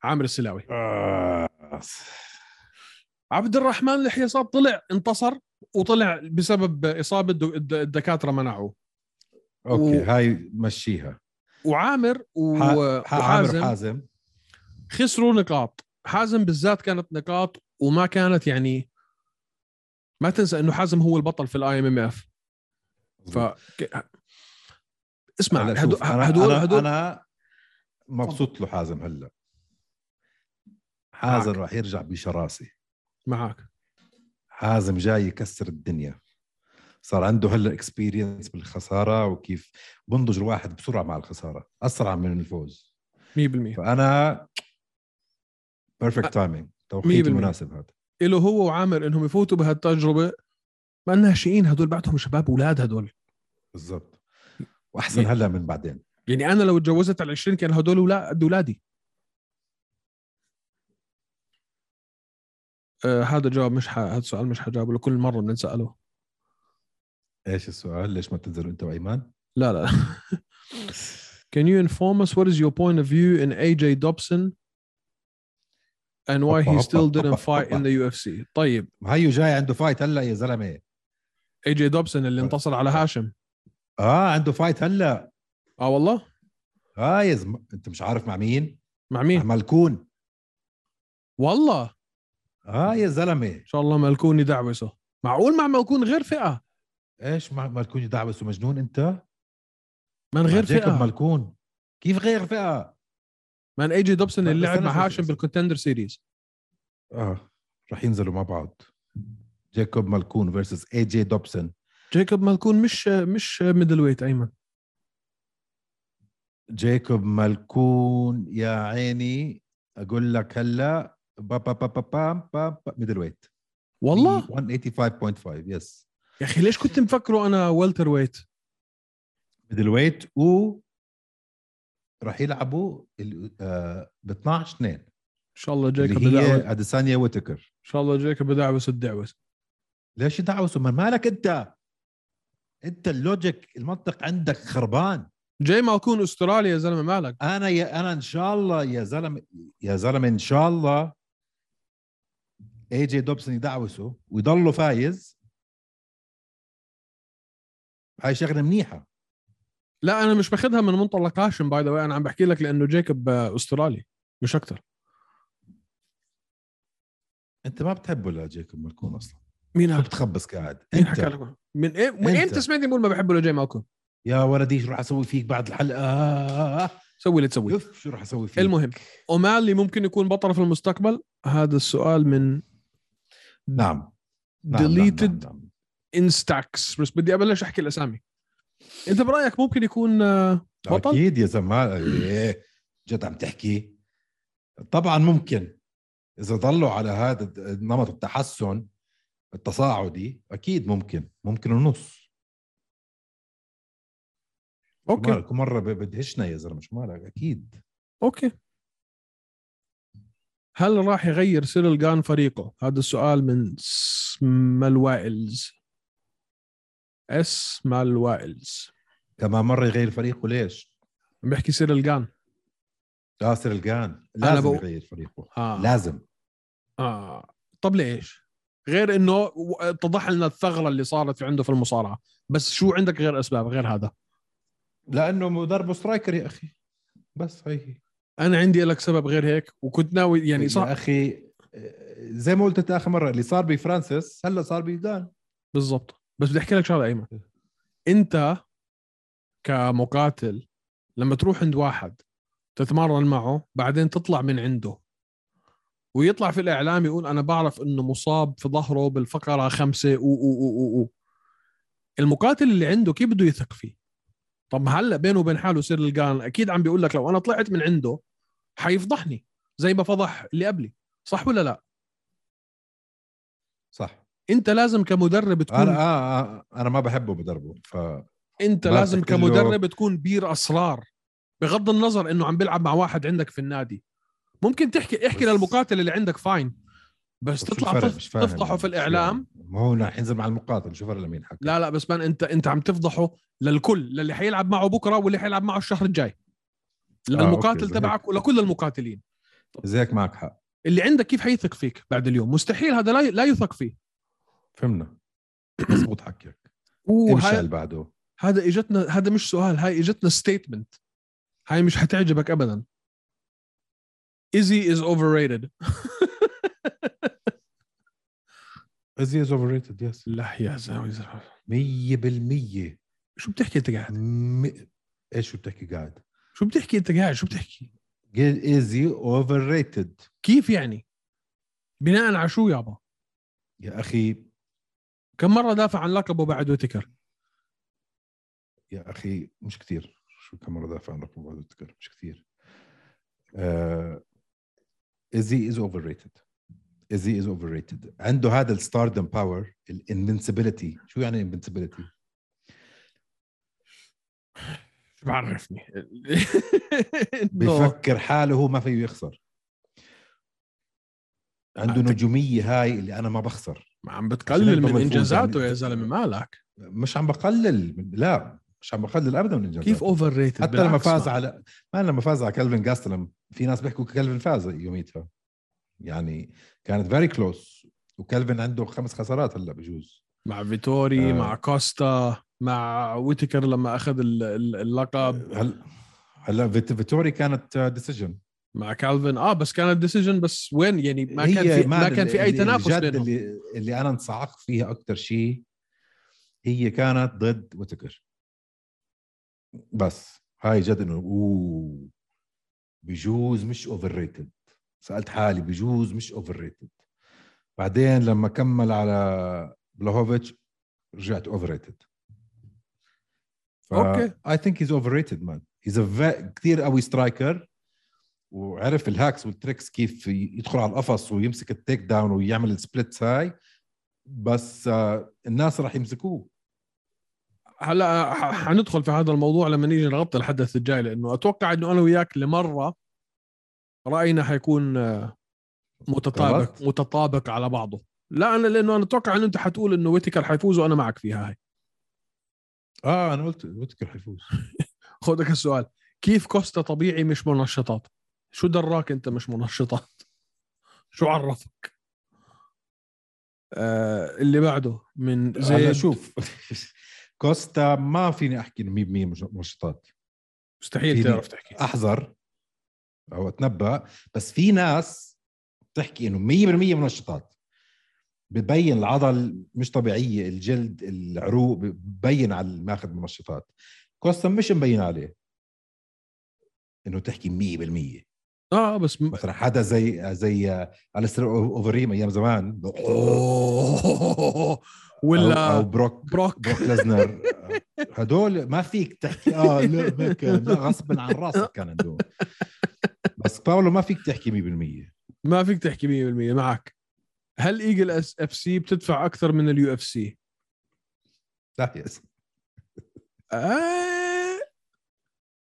آه، السلاوي آه. عبد الرحمن الحيصات طلع انتصر وطلع بسبب اصابه الد- الد- الدكاتره منعوه اوكي و- هاي مشيها وعامر و- ح- ح- عامر وحازم حازم خسروا نقاط حازم بالذات كانت نقاط وما كانت يعني ما تنسى انه حازم هو البطل في الاي ام ام اف ف ك- اسمع هلا هدو- شوف، أنا- هدول أنا- هدول انا مبسوط له حازم هلا حازم راح يرجع بشراسه معك حازم جاي يكسر الدنيا صار عنده هلا اكسبيرينس بالخساره وكيف بنضج الواحد بسرعه مع الخساره اسرع من الفوز 100% فانا بيرفكت تايمينج توقيت 100%. مناسب هذا له هو وعامر انهم يفوتوا بهالتجربه ما ناشئين هدول بعدهم شباب اولاد هدول بالضبط واحسن ي- هلا من بعدين يعني انا لو اتجوزت على 20 كان هدول اولاد قد اولادي آه هذا جواب مش ح... هذا السؤال مش حجاوبه لكل مره بنساله ايش السؤال ليش ما بتنزلوا انت وايمان لا لا Can you inform us what is your point of view in AJ Dobson and why he هوبا، still هوبا، didn't fight in هوبا. the UFC طيب هيو جاي عنده فايت هلا يا زلمه AJ Dobson اللي انتصر على هاشم اه عنده فايت هلا اه والله اه يا زم... انت مش عارف مع مين مع مع مين مالكون والله اه يا زلمه ان شاء الله مالكون يدعوسه معقول مع مالكون غير فئه ايش مع مالكون دعوس ومجنون انت من غير مع جيكوب فئه مالكون كيف غير فئه من اي جي دوبسون اللي بس لعب أنا مع شايف هاشم أصلاً. بالكونتندر سيريز اه رح ينزلوا مع بعض جيكوب مالكون فيرسس اي جي دوبسون جيكوب مالكون مش مش ميدل ويت ايمن جيكوب مالكون يا عيني اقول لك هلا با با با با با با با ميدل ويت والله 185.5 يس يا اخي ليش كنت مفكره انا والتر ويت ميدل ويت و رح يلعبوا ال- آه ب 12 2 ان شاء الله جيكوب اللي يدعوس ان هي اديسانيا ويتكر شاء الله جيكوب يدعوس الدعوس ليش يدعوسوا ما مالك انت انت اللوجيك المنطق عندك خربان جاي مالكون استرالي يا زلمه مالك انا يا انا ان شاء الله يا زلمه يا زلمه ان شاء الله اي جي دوبسون يدعوسه ويضله فايز هاي شغله منيحه لا انا مش باخذها من منطلق هاشم باي ذا انا عم بحكي لك لانه جيكوب آه، استرالي مش اكثر انت ما بتحبه لا جيكوب مالكون اصلا مين هذا بتخبص قاعد مين حكى انت لك من إيه؟ من أنت. امتى سمعتني بقول ما بحبه لجاي مالكون يا ولدي شو راح اسوي فيك بعد الحلقه سوي اللي تسويه يف شو راح اسوي فيك المهم اومالي ممكن يكون بطل في المستقبل هذا السؤال من نعم نعم، نعم، نعم، ديليتد نعم. انستاكس بس بدي ابلش احكي الاسامي انت برايك ممكن يكون آه، بطل؟ اكيد نعم. يا زلمه إيه، جد عم تحكي طبعا ممكن اذا ضلوا على هذا الد- نمط التحسن التصاعدي اكيد ممكن ممكن ونص شو اوكي مالك؟ كل مره ب- بدهشنا يا زلمه شو مالك اكيد اوكي هل راح يغير سيريل جان فريقه؟ هذا السؤال من سمال وائلز اسمال وائلز كمان مره يغير فريقه ليش؟ عم بحكي سيريل جان ياسر القان لازم بقول- يغير فريقه آه. لازم آه. طب ليش؟ غير انه و- اتضح لنا الثغره اللي صارت في عنده في المصارعه، بس شو عندك غير اسباب غير هذا؟ لانه مدربه سترايكر يا اخي بس هي هي انا عندي لك سبب غير هيك وكنت ناوي يعني يا صح اخي آه، زي ما قلت انت اخر مره اللي صار بفرانسيس هلا صار بيدان بالضبط بس بدي احكي لك شغله ايمن انت كمقاتل لما تروح عند واحد تتمرن معه بعدين تطلع من عنده ويطلع في الاعلام يقول انا بعرف انه مصاب في ظهره بالفقره خمسه و و و و, و. المقاتل اللي عنده كيف بده يثق فيه؟ طب ما هلا بينه وبين حاله سير القان اكيد عم بيقول لك لو انا طلعت من عنده حيفضحني زي ما فضح اللي قبلي صح ولا لا؟ صح انت لازم كمدرب تكون انا آه آه انا ما بحبه بدربه ف انت ما لازم بتحكي له- كمدرب تكون بير اسرار بغض النظر انه عم بيلعب مع واحد عندك في النادي ممكن تحكي احكي بس- للمقاتل اللي عندك فاين بس طب شو تطلع الفرق؟ تف- مش فاهم تفضحه يعني. في شو الاعلام يعني؟ ما هو رح ينزل مع المقاتل شو فرق لمين حكى لا لا بس مان انت انت عم تفضحه للكل للي حيلعب معه بكره واللي حيلعب معه الشهر الجاي آه، أوكي، للمقاتل زي تبعك ولكل المقاتلين نعم. اذا هيك معك حق اللي عندك كيف حيثق فيك بعد اليوم مستحيل هذا لا ي- لا يثق فيه فهمنا مزبوط حكيك وهاي- امشي اللي بعده هذا اجتنا هذا مش سؤال هاي اجتنا ستيتمنت هاي مش حتعجبك ابدا ايزي از اوفر ريتد ازي از اوفر ريتد يس لا يا زلمه زلمة. 100% شو بتحكي انت قاعد م- ايش شو بتحكي قاعد؟ شو بتحكي انت قاعد شو بتحكي قال ايزي اوفر ريتد كيف يعني بناء على شو يابا يا اخي كم مره دافع عن لقبه بعد ويتكر يا اخي مش كثير شو كم مره دافع عن رقم بعد بتذكر مش آه، كثير ايزي از اوفر ريتد ايزي از اوفر ريتد عنده هذا الستاردم باور الانفنسبيلتي شو يعني انفنسبيلتي؟ شو بعرفني إنه- بفكر حاله هو ما فيه يخسر عنده أعتقد- نجوميه هاي اللي انا ما بخسر ما عم عشان بتقلل هيك من بفوز انجازاته يعني. يا زلمه مالك مش عم بقلل من- لا مش عم بقلل ابدا من انجازاته كيف اوفر ريتد حتى لما فاز على ما لما فاز على كلفن جاستلم في ناس بيحكوا كلفن فاز يوميتها يعني كانت فيري كلوز وكلفن عنده خمس خسارات هلا بجوز مع فيتوري آه. مع كوستا مع ويتكر لما اخذ ال- ال- اللقب هلا هلا فيت- فيتوري كانت ديسيجن مع كالفن اه بس كانت ديسيجن بس وين يعني ما كان في ما كان في اي تنافس الجد بينهم اللي, اللي انا انصعقت فيها اكثر شيء هي كانت ضد وتكر بس هاي جد انه اوه بجوز مش اوفر ريتد سالت حالي بجوز مش اوفر ريتد بعدين لما كمل على بلاهوفيتش رجعت اوفر ريتد أوكي. اي ثينك هيز اوفر ريتد مان هيز كثير قوي سترايكر وعرف الهاكس والتريكس كيف يدخل على القفص ويمسك التيك داون ويعمل السبلتس هاي بس آه، الناس راح يمسكوه هلا ح- حندخل في هذا الموضوع لما نيجي نغطي الحدث الجاي لانه اتوقع انه انا وياك لمره راينا حيكون آه، متطابق غلط؟ متطابق على بعضه لا انا لانه انا اتوقع انه انت حتقول انه ويتكر حيفوز وانا معك فيها هاي اه انا قلت وتكر حيفوز خذك السؤال كيف كوستا طبيعي مش منشطات شو دراك انت مش منشطات شو عرفك آه اللي بعده من هلا زي شوف كوستا ما فيني احكي إنه 100% مش- منشطات مستحيل فيني. تعرف تحكي احذر او اتنبا بس في ناس بتحكي انه 100% منشطات ببين العضل مش طبيعيه الجلد العروق ببين على الماخذ منشطات كوستا مش مبين عليه انه تحكي 100% اه بس م... مثلا حدا زي زي الستر اوفريم ايام زمان أو, او ولا بروك بروك بروك لازنر هدول ما فيك تحكي اه لا ما كان لا غصبا عن راسك كان عندهم بس باولو ما فيك تحكي 100% ما فيك تحكي 100% معك هل ايجل اس اف سي بتدفع اكثر من اليو اف سي؟ لا يا زلمة. آه،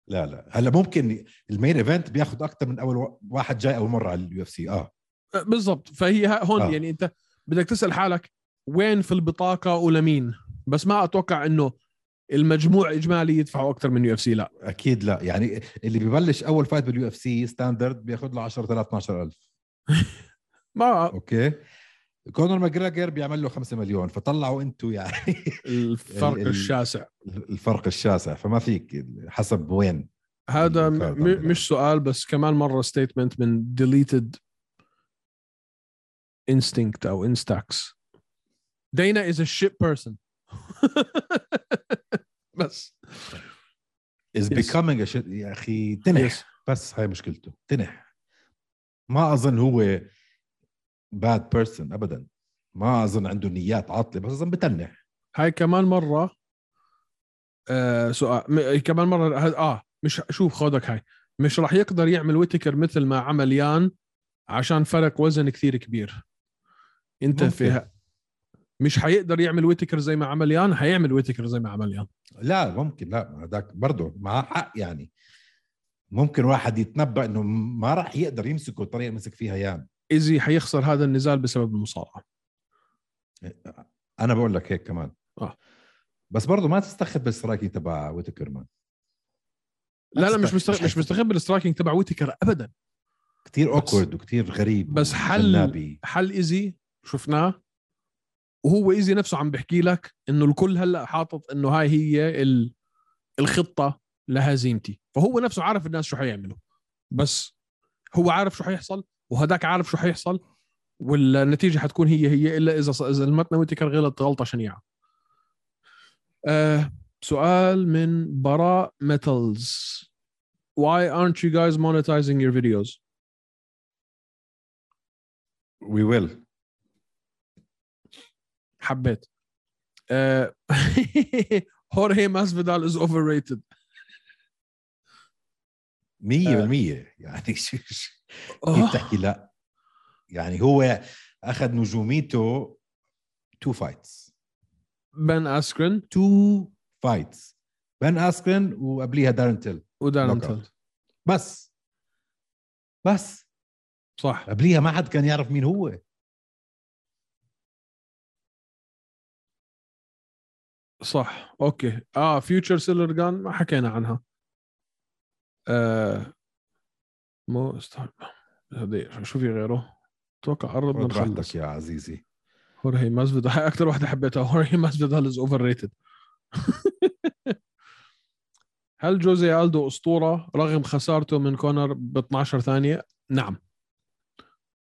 لا لا هلا ممكن المين ايفنت بياخذ اكثر من اول وا- واحد جاي اول مره على اليو اف سي اه بالضبط فهي ه- هون آه. آه. يعني انت بدك تسال حالك وين في البطاقه ولمين بس ما اتوقع انه المجموع اجمالي يدفعوا اكثر من يو اف سي لا اكيد لا يعني اللي ببلش اول فايت باليو اف سي ستاندرد بياخذ له 10000 12000 ما اوكي كونر ماجراجر بيعمل له 5 مليون فطلعوا انتوا يعني الفرق ال- ال- الشاسع الفرق الشاسع فما فيك حسب وين هذا م- الفرق م- مش سؤال بس كمان مره ستيتمنت من ديليتد انستنكت او انستاكس دينا از شيت بيرسون بس از Yes. بيكامينج يا اخي تنح Yes. بس هاي مشكلته تنح ما اظن هو باد بيرسون ابدا ما اظن عنده نيات عاطله بس اظن بتنح هاي كمان مره آه سؤال م... كمان مره هاد- اه مش شوف خودك هاي مش راح يقدر يعمل ويتكر مثل ما عمل يان عشان فرق وزن كثير كبير انت ممكن. فيها مش حيقدر يعمل ويتكر زي ما عمل يان حيعمل ويتكر زي ما عمل يان لا ممكن لا ما هذاك برضه معاه حق يعني ممكن واحد يتنبأ انه ما راح يقدر يمسكه الطريقه اللي مسك فيها يان ايزي حيخسر هذا النزال بسبب المصارعه انا بقول لك هيك كمان آه. بس برضه ما تستخف السترايكي تبع ويتكرمان لا لا مش مستغ... مش مستغرب الاسترايكنج تبع ويتكر ابدا كثير بس- اوكورد وكثير غريب بس حل- جنابي. حل ايزي شفناه وهو ايزي نفسه عم بحكي لك انه الكل هلا حاطط انه هاي هي ال- الخطه لهزيمتي فهو نفسه عارف الناس شو حيعملوا بس هو عارف شو حيحصل وهداك عارف شو حيحصل والنتيجه حتكون هي هي الا اذا ص- اذا المتنة ويتكر غلط غلطه شنيعه أه سؤال من براء ميتالز Why aren't you guys monetizing your videos? وي ويل حبيت آه، هورهي ماسفيدال از اوفر ريتد 100% آه. يعني شو شو- إيه، كيف تحكي لا يعني هو اخذ نجوميته تو فايتس بن اسكرين تو فايتس بن اسكرين وقبليها دارن تيل ودانتل بس بس صح قبليها ما حد كان يعرف مين هو صح اوكي اه فيوتشر سيلر جان ما حكينا عنها آه مو استنى هذي- شو في غيره؟ اتوقع قربنا نخلص براحتك يا عزيزي هورهي ماسفيدال هاي اكثر واحده حبيتها هورهي ماسفيدال از اوفر ريتد هل جوزي الدو اسطوره رغم خسارته من كونر ب 12 ثانيه؟ نعم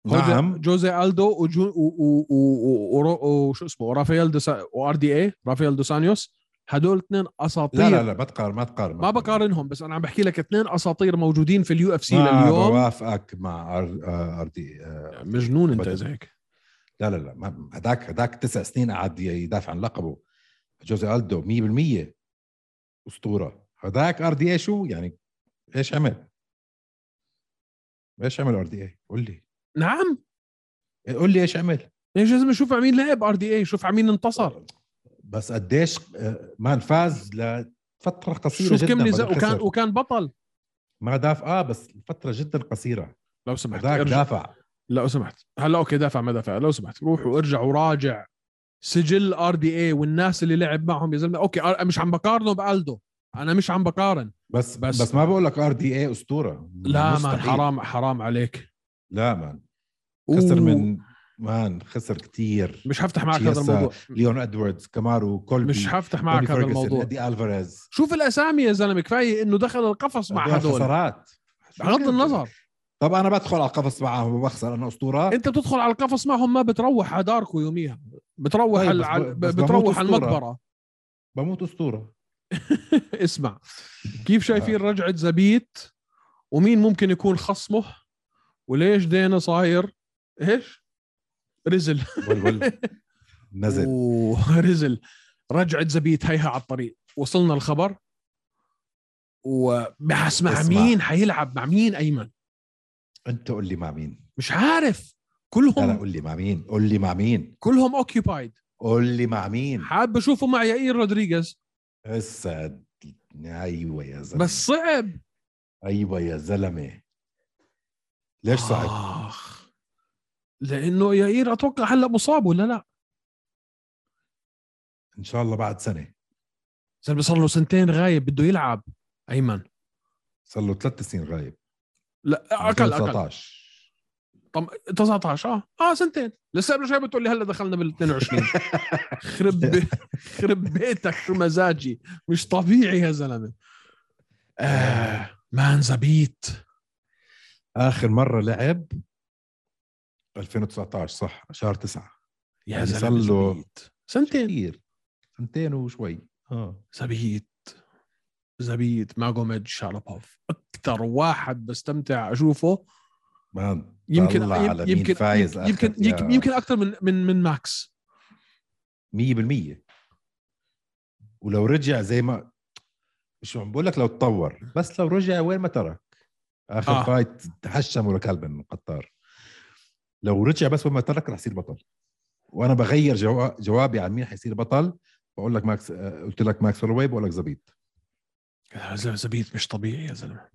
جوزي- نعم جوزي الدو وجو و- و- و- و- ورو- وشو اسمه ورافائيل دوسا وار دي اي رافائيل دو سانيوس هدول اثنين اساطير لا لا لا ما تقارن ما تقارن طيب. ما بقارنهم بس انا عم بحكي لك اثنين اساطير موجودين في اليو اف سي ما لليوم بوافقك مع ار ار دي إيه. مجنون انت أبداً. اذا هيك لا لا لا ما- هداك هداك تسع سنين قعد يدافع عن لقبه جوزي الدو 100% اسطوره هداك ار دي اي شو يعني ايش عمل؟ ايش عمل ار دي اي؟ قول لي نعم قول لي ايش عمل؟ ليش لازم نشوف عمين لعب ار دي اي شوف عمين انتصر بس قديش آه، مان فاز لفتره قصيره شوف جدا كم بعدين نزال وكان خسر. وكان بطل ما دافع اه بس فتره جدا قصيره لو سمحت هداك ارجع دافع لو سمحت هلا اوكي دافع ما دافع لو سمحت روح وارجع وراجع سجل ار دي اي والناس اللي لعب معهم يا زلمه اوكي أر- مش عم بقارنه بالدو انا مش عم بقارن بس- بس بس, بس ما بقول لك ار دي اي اسطوره لا مان مستحيل. حرام حرام عليك لا مان خسر أوه، من مان خسر كتير مش هفتح معك هذا تشيسا، الموضوع ليون ادواردز كامارو كولبي مش هفتح توني معك هذا فيرغسون، الموضوع ادي الفاريز شوف الاسامي يا زلمه كفايه انه دخل القفص مع هدول هدول خسارات بغض النظر طب انا بدخل على القفص معهم وبخسر انا اسطوره انت بتدخل على القفص معهم ما بتروح على داركو يوميها بتروح طيب، على بس على- ب- بس بموت بتروح على أسطورة. المقبره بموت اسطوره اسمع كيف شايفين آه. رجعه زبيت ومين ممكن يكون خصمه وليش دينا صاير ايش رزل ول- ول. نزل أوه، رزل رجعت زبيت هيها على الطريق وصلنا الخبر وبحس مع اسمع. مين حيلعب مع مين ايمن انت قول لي مع مين مش عارف لا لا كلهم قول لي مع مين قول لي مع مين كلهم اوكيبايد قول لي مع مين حاب اشوفه مع يائير رودريغيز هسه ايوه يا زلمه بس صعب ايوه يا زلمه ليش آه. صعب؟ آخ. لانه يائير اتوقع هلا مصاب ولا لا ان شاء الله بعد سنه زلمه صار له سنتين غايب بده يلعب ايمن صار له ثلاث سنين غايب لا اقل اقل 2019 19 اه اه سنتين لسه قبل شوي بتقول لي هلا دخلنا بال 22 خرب بي... خرب بيتك شو مزاجي مش طبيعي يا زلمه آه مان زبيت اخر مره لعب 2019 صح شهر 9 يا يعني زلمه صار له زبيت سنتين آه. كثير سنتين وشوي اه زبيد زبيد ماجوميد شاربوف اكثر واحد بستمتع اشوفه ما يمكن طلع على يمكن مين يمكن فايز آخر يمكن, يمكن, يا- يمكن اكثر من من من ماكس 100% ولو رجع زي ما شو عم بقول لك لو تطور بس لو رجع وين ما ترك اخر آه. آه. فايت تحشموا لكلب من قطار لو رجع بس وين ما ترك رح يصير بطل وانا بغير جو... جوابي عن مين حيصير بطل بقول لك ماكس آه، قلت لك ماكس هولوي بقول لك زبيط يا زلمة زبيد مش طبيعي يا زلمه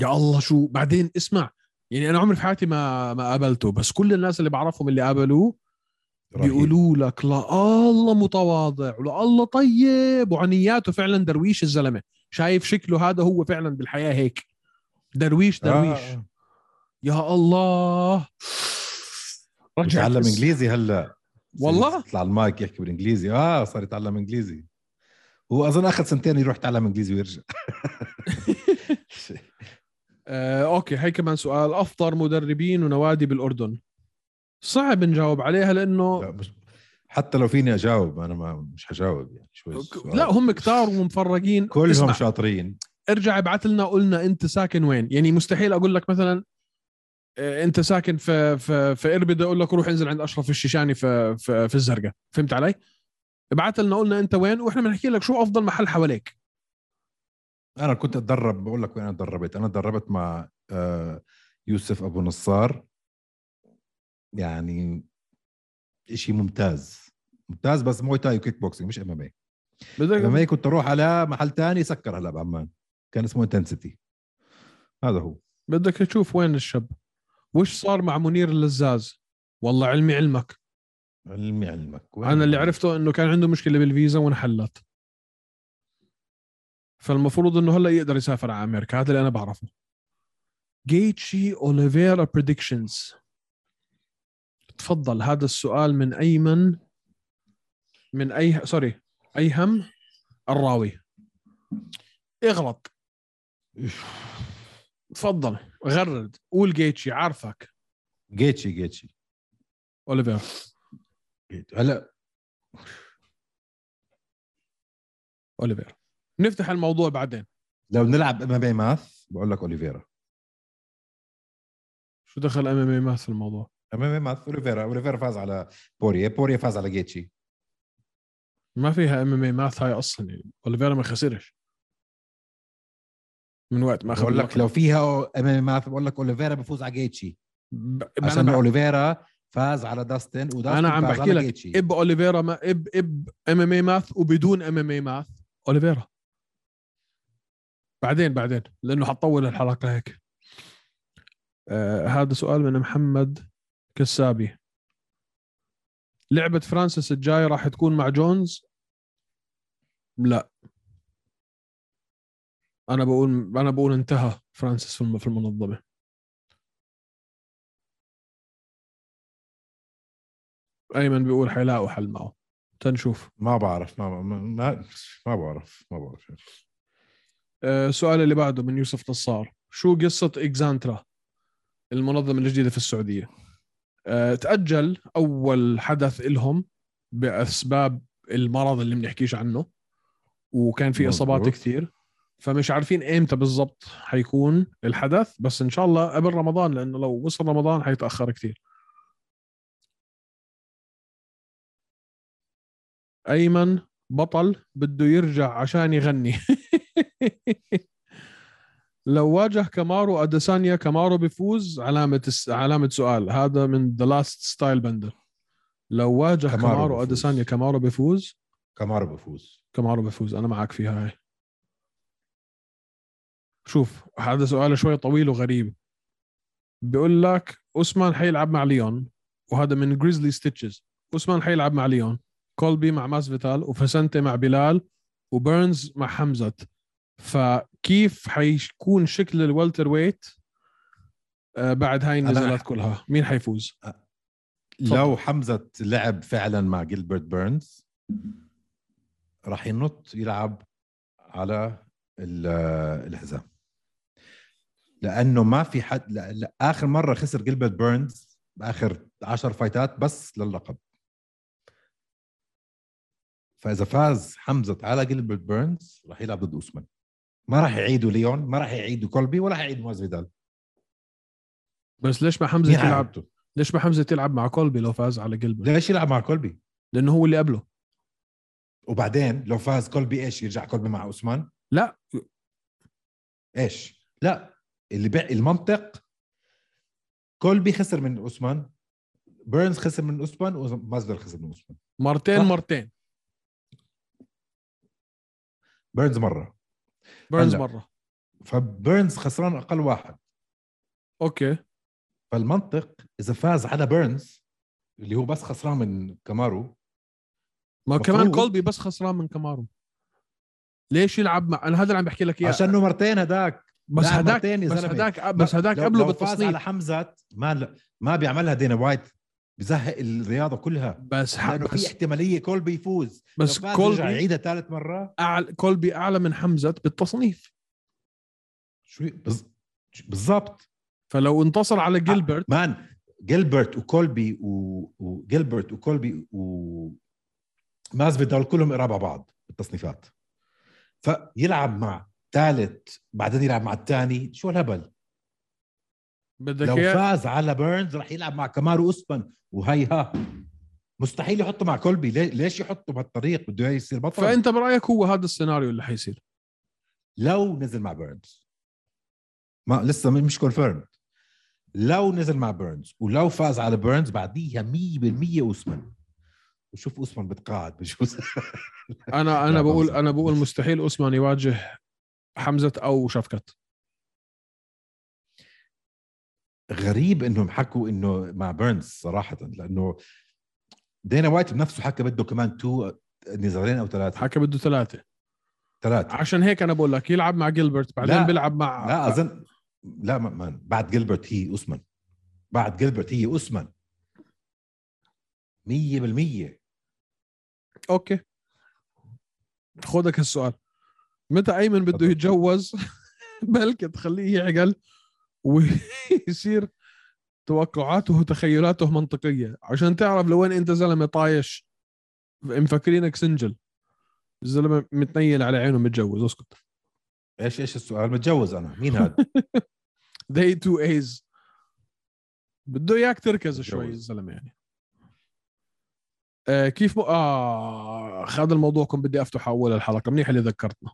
يا الله شو بعدين اسمع يعني انا عمري في حياتي ما ما قابلته بس كل الناس اللي بعرفهم اللي قابلوه رهيب. بيقولوا لك لا الله متواضع ولا الله طيب وعنياته فعلا درويش الزلمه شايف شكله هذا هو فعلا بالحياه هيك درويش درويش آه. آه. يا الله بتعلم اسم- انجليزي هلا والله؟ يطلع على المايك يحكي بالانجليزي اه صار يتعلم انجليزي هو اظن اخذ سنتين يروح يتعلم انجليزي ويرجع آه، اوكي هي كمان سؤال افضل مدربين ونوادي بالاردن صعب نجاوب عليها لانه لا، مش حتى لو فيني اجاوب انا ما مش حجاوب يعني شو السؤال؟ لا هم كتار ومفرقين كلهم اسمع، شاطرين ارجع ابعث لنا قلنا انت ساكن وين يعني مستحيل اقول لك مثلا آه، انت ساكن في في في اربد اقول لك روح انزل عند اشرف الشيشاني في في, في الزرقاء فهمت علي ابعث لنا قلنا انت وين واحنا بنحكي لك شو افضل محل حواليك انا كنت اتدرب بقول لك وين انا تدربت انا تدربت مع آه، يوسف ابو نصار يعني شيء ممتاز ممتاز بس موي تاي وكيك بوكسينج مش إيه. ام ام اي ام بدك اي كنت اروح على محل تاني سكر هلا بعمان كان اسمه انتنسيتي هذا هو بدك تشوف وين الشاب وش صار مع منير اللزاز والله علمي علمك علمي علمك وين انا اللي هو؟ عرفته انه كان عنده مشكله بالفيزا وانحلت فالمفروض انه هلا يقدر يسافر على امريكا هذا اللي انا بعرفه جيتشي اوليفيرا بريدكشنز تفضل هذا السؤال من ايمن من اي سوري ايهم الراوي اغلط تفضل غرد قول جيتشي عارفك جيتشي جيتشي اوليفيرا جيتشي. هلا اوليفيرا نفتح الموضوع بعدين لو نلعب ام ام اي ماث بقول لك اوليفيرا شو دخل ام ام في الموضوع ام ام اي ماث اوليفيرا اوليفيرا فاز على بوريا بوريا فاز على جيتشي ما فيها ام ام اي ماث هاي اصلا يعني اوليفيرا ما خسرش من وقت ما اخذ بقول لك اللقب. لو فيها ام ام اي بقول لك اوليفيرا بفوز على جيتشي ب... عشان انا, بع- اوليفيرا فاز على داستن وداستن أنا عم فاز بحكي على لك جيتشي. اب اوليفيرا ما اب اب ام ام اي ماث وبدون ام ام اي ماث اوليفيرا بعدين بعدين لانه حطول الحلقه هيك آه هذا سؤال من محمد كسابي لعبه فرانسيس الجاي راح تكون مع جونز لا انا بقول انا بقول انتهى فرانسيس في الم- في المنظمه ايمن بيقول حيلاقوا حل معه تنشوف ما بعرف ما ما, ما ما بعرف ما بعرف آه، السؤال اللي بعده من يوسف نصار شو قصة إكزانترا المنظمة الجديدة في السعودية آه، تأجل أول حدث إلهم بأسباب المرض اللي بنحكيش عنه وكان في إصابات مظبوط. كثير فمش عارفين إمتى بالضبط حيكون الحدث بس إن شاء الله قبل رمضان لأنه لو وصل رمضان حيتأخر كثير أيمن بطل بده يرجع عشان يغني لو واجه كامارو اديسانيا كامارو بيفوز علامة الس- علامة سؤال هذا من ذا لاست ستايل بندر لو واجه كامارو كامارو بيفوز. اديسانيا كامارو بيفوز كامارو بفوز كامارو بيفوز انا معك فيها هاي شوف هذا سؤال شوي طويل وغريب بيقول لك اوسمان حيلعب مع ليون وهذا من جريزلي ستيتشز اوسمان حيلعب مع ليون كولبي مع ماسفيتال وفاسنتي مع بلال وبيرنز مع حمزة فكيف حيكون شكل الوالتر ويت آه، بعد هاي النزالات كلها مين حيفوز تفضل. لو حمزه لعب فعلا مع جيلبرت بيرنز راح ينط يلعب على ال- الحزام لانه ما في حد لا لا اخر مره خسر جيلبرت بيرنز باخر 10 فايتات بس للقب فاذا فاز حمزه على جيلبرت بيرنز راح يلعب ضد اوسمان ما راح يعيدوا ليون ما راح يعيدوا كولبي ولا راح يعيدوا مازفيدال بس ليش ما حمزه مين تلعب حيلعبته؟ ليش ما حمزه تلعب مع كولبي لو فاز على جيلبرت ليش يلعب مع كولبي لانه هو اللي قبله وبعدين لو فاز كولبي ايش يرجع كولبي مع اوسمان لا ايش لا اللي بيع المنطق كولبي خسر من اوسمان بيرنز خسر من اوسمان ومازفيدال خسر من اوسمان مرتين صح. مرتين بيرنز مره بيرنز هلا. مره فبيرنز خسران اقل واحد اوكي فالمنطق اذا فاز على بيرنز اللي هو بس خسران من كامارو ما مفروض. كمان كولبي بس خسران من كامارو ليش يلعب مع انا هذا اللي عم بحكي لك اياه عشان انه مرتين هداك بس لاعب هداك مرتين يا بس زلمة. هداك بس ما- هداك لو- قبله لو فاز بالتصنيف على حمزه ما ما بيعملها دينا وايت بزهق الرياضه كلها بس ح- لانه في بس احتماليه كولبي يفوز بس لو فاز رجع كولبي يعيدها ثالث مره أعلى كولبي اعلى من حمزه بالتصنيف شو بز- بالضبط فلو انتصر آه. على جيلبرت مان جيلبرت وكولبي و- وجيلبرت وكولبي و مازفيدال كلهم قراب على بعض بالتصنيفات فيلعب مع ثالث بعدين يلعب مع الثاني شو الهبل بدك لو اياه فاز على بيرنز راح يلعب مع كامارو اسبن وهي ها مستحيل يحطه مع كولبي ليه- ليش يحطه بهالطريق بده إياه يصير بطل فانت برايك هو هذا السيناريو اللي حيصير لو نزل مع بيرنز ما لسه م- مش كونفيرم لو نزل مع بيرنز ولو فاز على بيرنز بعديها 100% اوسمان وشوف اوسمان بتقاعد بجوز انا لا، انا بقول بهزر. انا بقول مستحيل اوسمان يواجه حمزه او شفكت غريب انهم حكوا انه مع بيرنز صراحه لانه دينا وايت بنفسه حكى بده كمان تو نزالين او ثلاثه حكى بده ثلاثه ثلاثه عشان هيك انا بقول لك يلعب مع جيلبرت بعدين لا. بيلعب مع لا اظن لا ما ما- بعد جيلبرت هي اوسمان بعد جيلبرت هي اوسمان 100% اوكي خدك السؤال متى ايمن بده تفضل. يتجوز بلكي تخليه يعقل ويصير توقعاته وتخيلاته منطقيه عشان تعرف لوين انت زلمه طايش مفكرينك سنجل الزلمه متنيل على عينه متجوز اسكت ايش ايش السؤال متجوز انا مين هذا they two A's بده اياك تركز شوي متجوز. الزلمه يعني آه كيف م... اه هذا الموضوع كنت بدي افتحه اول الحلقه منيح اللي ذكرتنا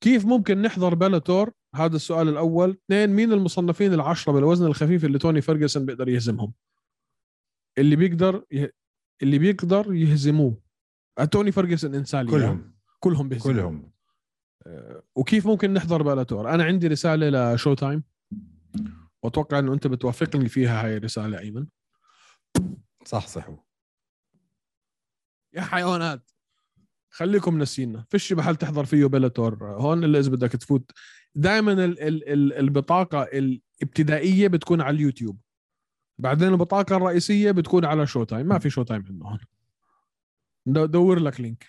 كيف ممكن نحضر بلاتور هذا السؤال الاول اثنين مين المصنفين العشرة بالوزن الخفيف اللي توني فيرجسون بيقدر يهزمهم اللي بيقدر يه... اللي بيقدر يهزموه آه، توني فيرجسون انسان يعني. كلهم كلهم بيهزموه كلهم وكيف ممكن نحضر بالاتور انا عندي رساله لشو تايم واتوقع انه انت بتوافقني فيها هاي الرساله ايمن صح صحوا يا حيوانات خليكم ناسينا فيش محل تحضر فيه بلاتور هون الا اذا بدك تفوت دائما ال ال ال البطاقه الابتدائيه بتكون على اليوتيوب بعدين البطاقه الرئيسيه بتكون على شو تايم ما في شو تايم عندنا هون دو- دور لك لينك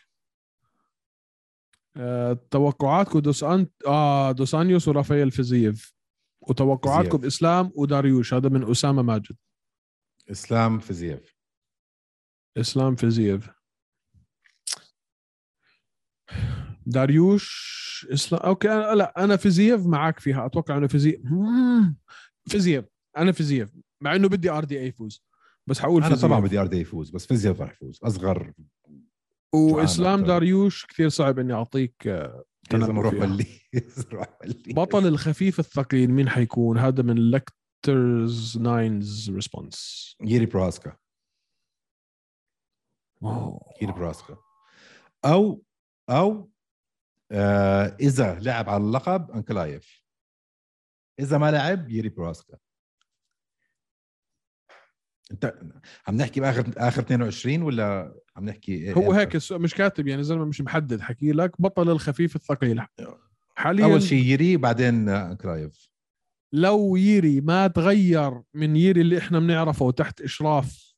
أه توقعاتكم دوس انت اه دوسانيوس ورافائيل فيزييف وتوقعاتكم فيزييف. اسلام وداريوش هذا من اسامه ماجد اسلام فيزييف اسلام فيزييف داريوش اسلام اوكي أنا لا انا فيزييف معك فيها اتوقع انه فيزييف مم. فيزييف انا فيزييف مع انه بدي ار دي اي يفوز بس حقول انا فيزييف طبعا بدي ار دي يفوز بس فيزييف راح يفوز اصغر واسلام جوعان أكتر. داريوش كثير صعب اني اعطيك آه، لازم تنبؤ اروح فيها. بلي لازم اروح بلي بطل الخفيف الثقيل مين حيكون هذا من لكترز ناينز ريسبونس ييري براسكا آه. ييري براسكا او او آه اذا لعب على اللقب انكلايف اذا ما لعب ييري براسكا انت عم نحكي باخر اخر 22 ولا عم نحكي إيه؟ هو هيك السؤال مش كاتب يعني زلمه مش محدد حكي لك بطل الخفيف الثقيل حاليا اول شيء ييري بعدين آه، انكلايف لو ييري ما تغير من ييري اللي احنا بنعرفه تحت اشراف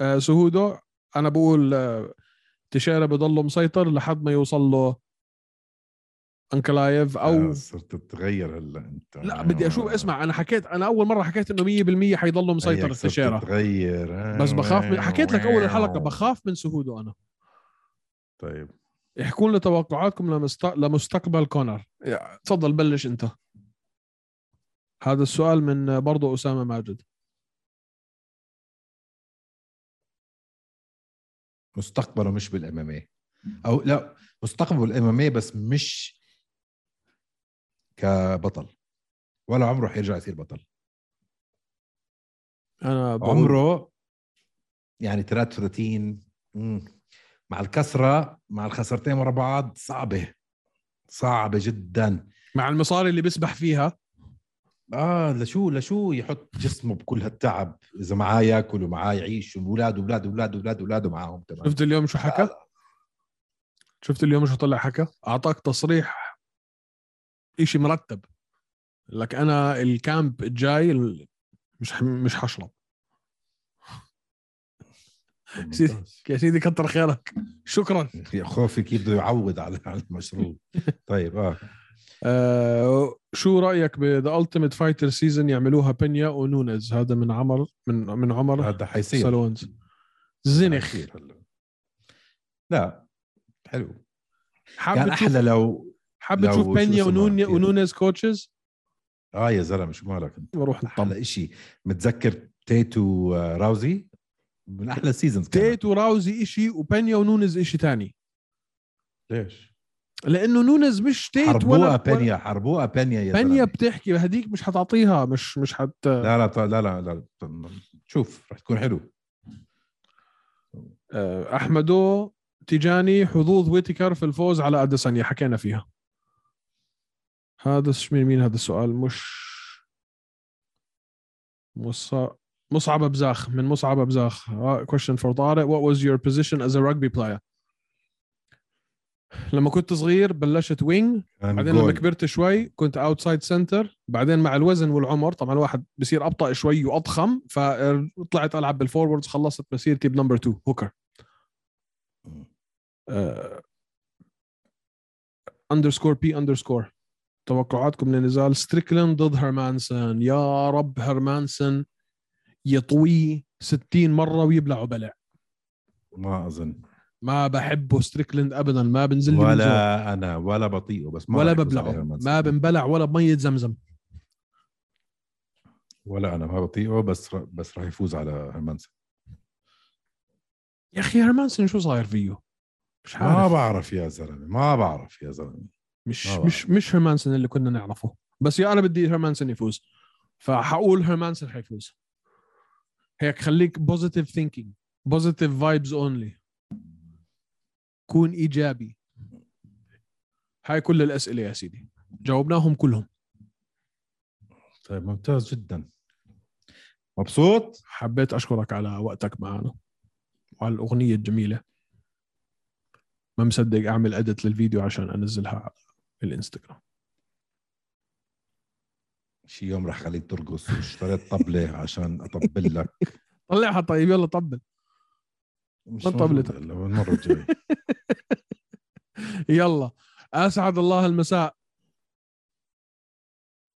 آه، سهودو انا بقول آه، تشيرة بضله مسيطر لحد ما يوصل له انكلايف آه، او صرت تتغير هلا انت لا بدي اشوف آه. اسمع انا حكيت انا اول مره حكيت انه 100% حيضله مسيطر هيك صرت تشيرة تتغير آه، بس بخاف من حكيت لك اول الحلقه واو. بخاف من سهودو انا طيب يحكون لي توقعاتكم لمست... لمستقبل كونر يا- تفضل بلش انت هذا السؤال من برضو اسامه ماجد مستقبله مش بالام او لا مستقبله بالام إيه بس مش كبطل ولا عمره حيرجع يصير بطل انا بقول- عمره يعني 33 مم. مع الكسره مع الخسرتين ورا بعض صعبه صعبه جدا مع المصاري اللي بيسبح فيها اه لشو لشو يحط جسمه بكل هالتعب اذا معاه ياكل ومعاه يعيش واولاده واولاده واولاده واولاده واولاده معاهم كمان شفت اليوم شو حكى شفت اليوم شو طلع حكى اعطاك تصريح إشي مرتب لك انا الكامب الجاي ال- مش ح- مش حشرب ممتاز. يا سيدي كتر خيرك شكرا أمم. يا خوفي كيف بده يعوض على على المشروع طيب اه آه شو رايك بذا التيميت فايتر سيزون يعملوها بينيا ونونز هذا من عمر من من عمر هذا حيصير سالونز زنخ حيصير هلا لا حلو حابب كان تشوف احلى لو حابب تشوف لو شو بينيا اسمه ونون كتير. ونونز كوتشز اه يا زلمه شو مالك انت بروح نطم احلى شيء متذكر تيتو آه، راوزي من احلى سيزونز تيت وراوزي إشي وبينيا ونونز إشي تاني ليش؟ لانه نونز مش تيت حربوها ولا ولا- بانيا حربوها بانيا يا بانيا زلمه بتحكي هديك مش حتعطيها مش مش حت لا لا لا لا لا طيب، نعم. شوف رح تكون حلو آه، احمدو تيجاني حظوظ ويتكر في الفوز على اديسانيا حكينا فيها هذا الس- مين مين هذا السؤال مش مص... مصعب بزاخ من مصعب بزاخ آه، question for طارق what was your position as a rugby player لما كنت صغير بلشت وينج كان بعدين لما يعني جول. كبرت شوي كنت اوتسايد سنتر بعدين مع الوزن والعمر طبعا الواحد بصير ابطا شوي واضخم فطلعت العب بالفوروردز خلصت مسيرتي بنمبر 2 هوكر آه، اندرسكور بي اندرسكور توقعاتكم لنزال ستريكلين ضد هرمانسون يا رب هرمانسون يطويه 60 مره ويبلعه بلع ما اظن ما بحبه ستريكلند ابدا ما بنزل لي من جوا. ولا انا ولا بطيئه بس ما ولا رح يفوز ببلعه عليها المنصب. ما بنبلع ولا بميه زمزم ولا انا ما بطيئه بس ر... بس راح يفوز على هرمانسون يا اخي هرمانسون شو صاير فيه مش عارف ما بعرف يا زلمه ما بعرف يا زلمه مش ما مش مش هرمانسون اللي كنا نعرفه بس يا انا بدي هرمانسون يفوز فحقول هرمانسون حيفوز هيك خليك بوزيتيف ثينكينج بوزيتيف فايبز اونلي كون ايجابي هاي كل الاسئله يا سيدي جاوبناهم كلهم طيب ممتاز جدا مبسوط حبيت اشكرك على وقتك معنا وعلى الاغنيه الجميله ما مصدق اعمل ادت للفيديو عشان انزلها على الانستغرام شي يوم راح خليك ترقص اشتريت طبله عشان اطبل لك طلعها طيب يلا طبل مش وين طبلتك؟ موجودة هلا، المره الجايه يلا اسعد الله المساء